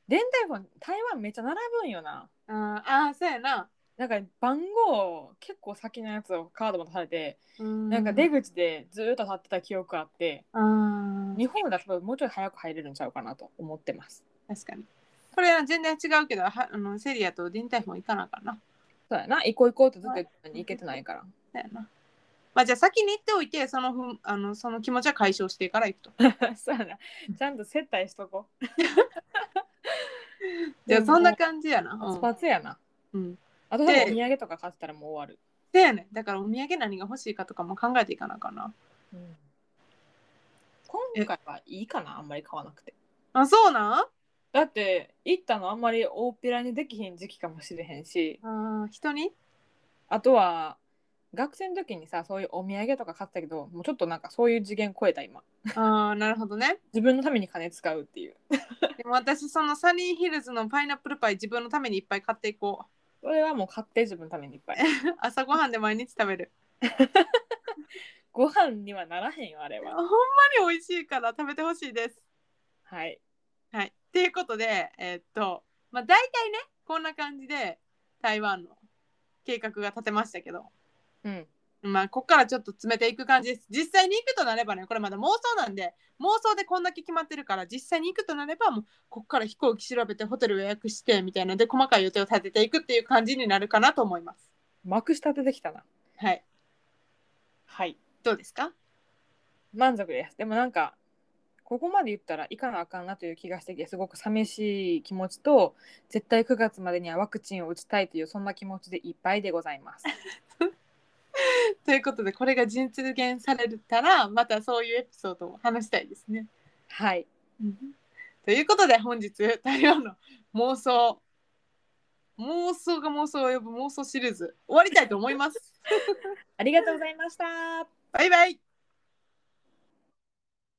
Speaker 2: 電台本台湾めっちゃ並ぶんよな
Speaker 1: あーあー、そうやな。
Speaker 2: なんか番号結構先のやつをカードも出されて、
Speaker 1: な
Speaker 2: なんか出口でずーっと立ってた記憶あって
Speaker 1: あー
Speaker 2: 日本だともうちょい早く入れるんちゃうかなと思ってます
Speaker 1: 確かに。これは全然違うけど、はあのセリアとデンタイフォン行かなあかんな。
Speaker 2: そうやな行こう行こうってずっと言ってたのに行けてない から
Speaker 1: そうやな。まあじゃあ先に行っておいて、そのふんあのその気持ちは解消してから行くと。
Speaker 2: そうやな。 ちゃんと接待しとこう。
Speaker 1: じゃあそんな
Speaker 2: で
Speaker 1: 感じやな。
Speaker 2: も。ス
Speaker 1: う
Speaker 2: パツやな。
Speaker 1: ん。うん
Speaker 2: あと
Speaker 1: で
Speaker 2: でお土産とか買ってたらもう終わ
Speaker 1: そうやね。だからお土産何が欲しいかとかも考えていかなあかんな。
Speaker 2: る。今回はいいかな、あんまり買わなくて。
Speaker 1: あ、そうなん
Speaker 2: だって、行ったのあんまり大っぴらにできひん時期かもしれへんし、
Speaker 1: あー人に
Speaker 2: あとは、学生の時にさ、そういうお土産とか買ってたけど、もうちょっとなんかそういう次元超えた今。
Speaker 1: ああなるほどね。
Speaker 2: 自分のために金使うっていう。
Speaker 1: でも私そのサニーヒルズのパイナップルパイ自分のためにいっぱい買っていこ
Speaker 2: それはもう買って自分のためにいっぱい。
Speaker 1: う。朝ごはんで毎日食べる。
Speaker 2: ご飯にはならへんよあれ
Speaker 1: ほん
Speaker 2: は
Speaker 1: まに美味しいから食べてほしいです。
Speaker 2: はい
Speaker 1: はい。っていうことで、えーっと、まあ、大体ね、こんな感じで台湾の計画が立てましたけど、
Speaker 2: うん
Speaker 1: まあ、ここからちょっと詰めていく感じです。実際に行くとなればね、これまだ妄想なんで、妄想でこんだけ決まってるから、実際に行くとなれば、もう、ここから飛行機調べて、ホテル予約して、みたいなので、細かい予定を立てていくっていう感じになるかなと思います。
Speaker 2: まくし立ててきたな
Speaker 1: はい。
Speaker 2: はい
Speaker 1: どうですか
Speaker 2: 満足ですでもなんかここまで言ったらいかなあかんなという気がしてきてすごく寂しい気持ちと絶対9月までにはワクチンを打ちたいというそんな気持ちでいっぱいでございます
Speaker 1: ということで、これが実現されたら、またそういうエピソードを話したいですね。
Speaker 2: はい
Speaker 1: ということで本日台湾の妄想妄想が妄想を呼ぶ妄想シリーズ終わりたいと思います。
Speaker 2: ありがとうございました
Speaker 1: バイバイ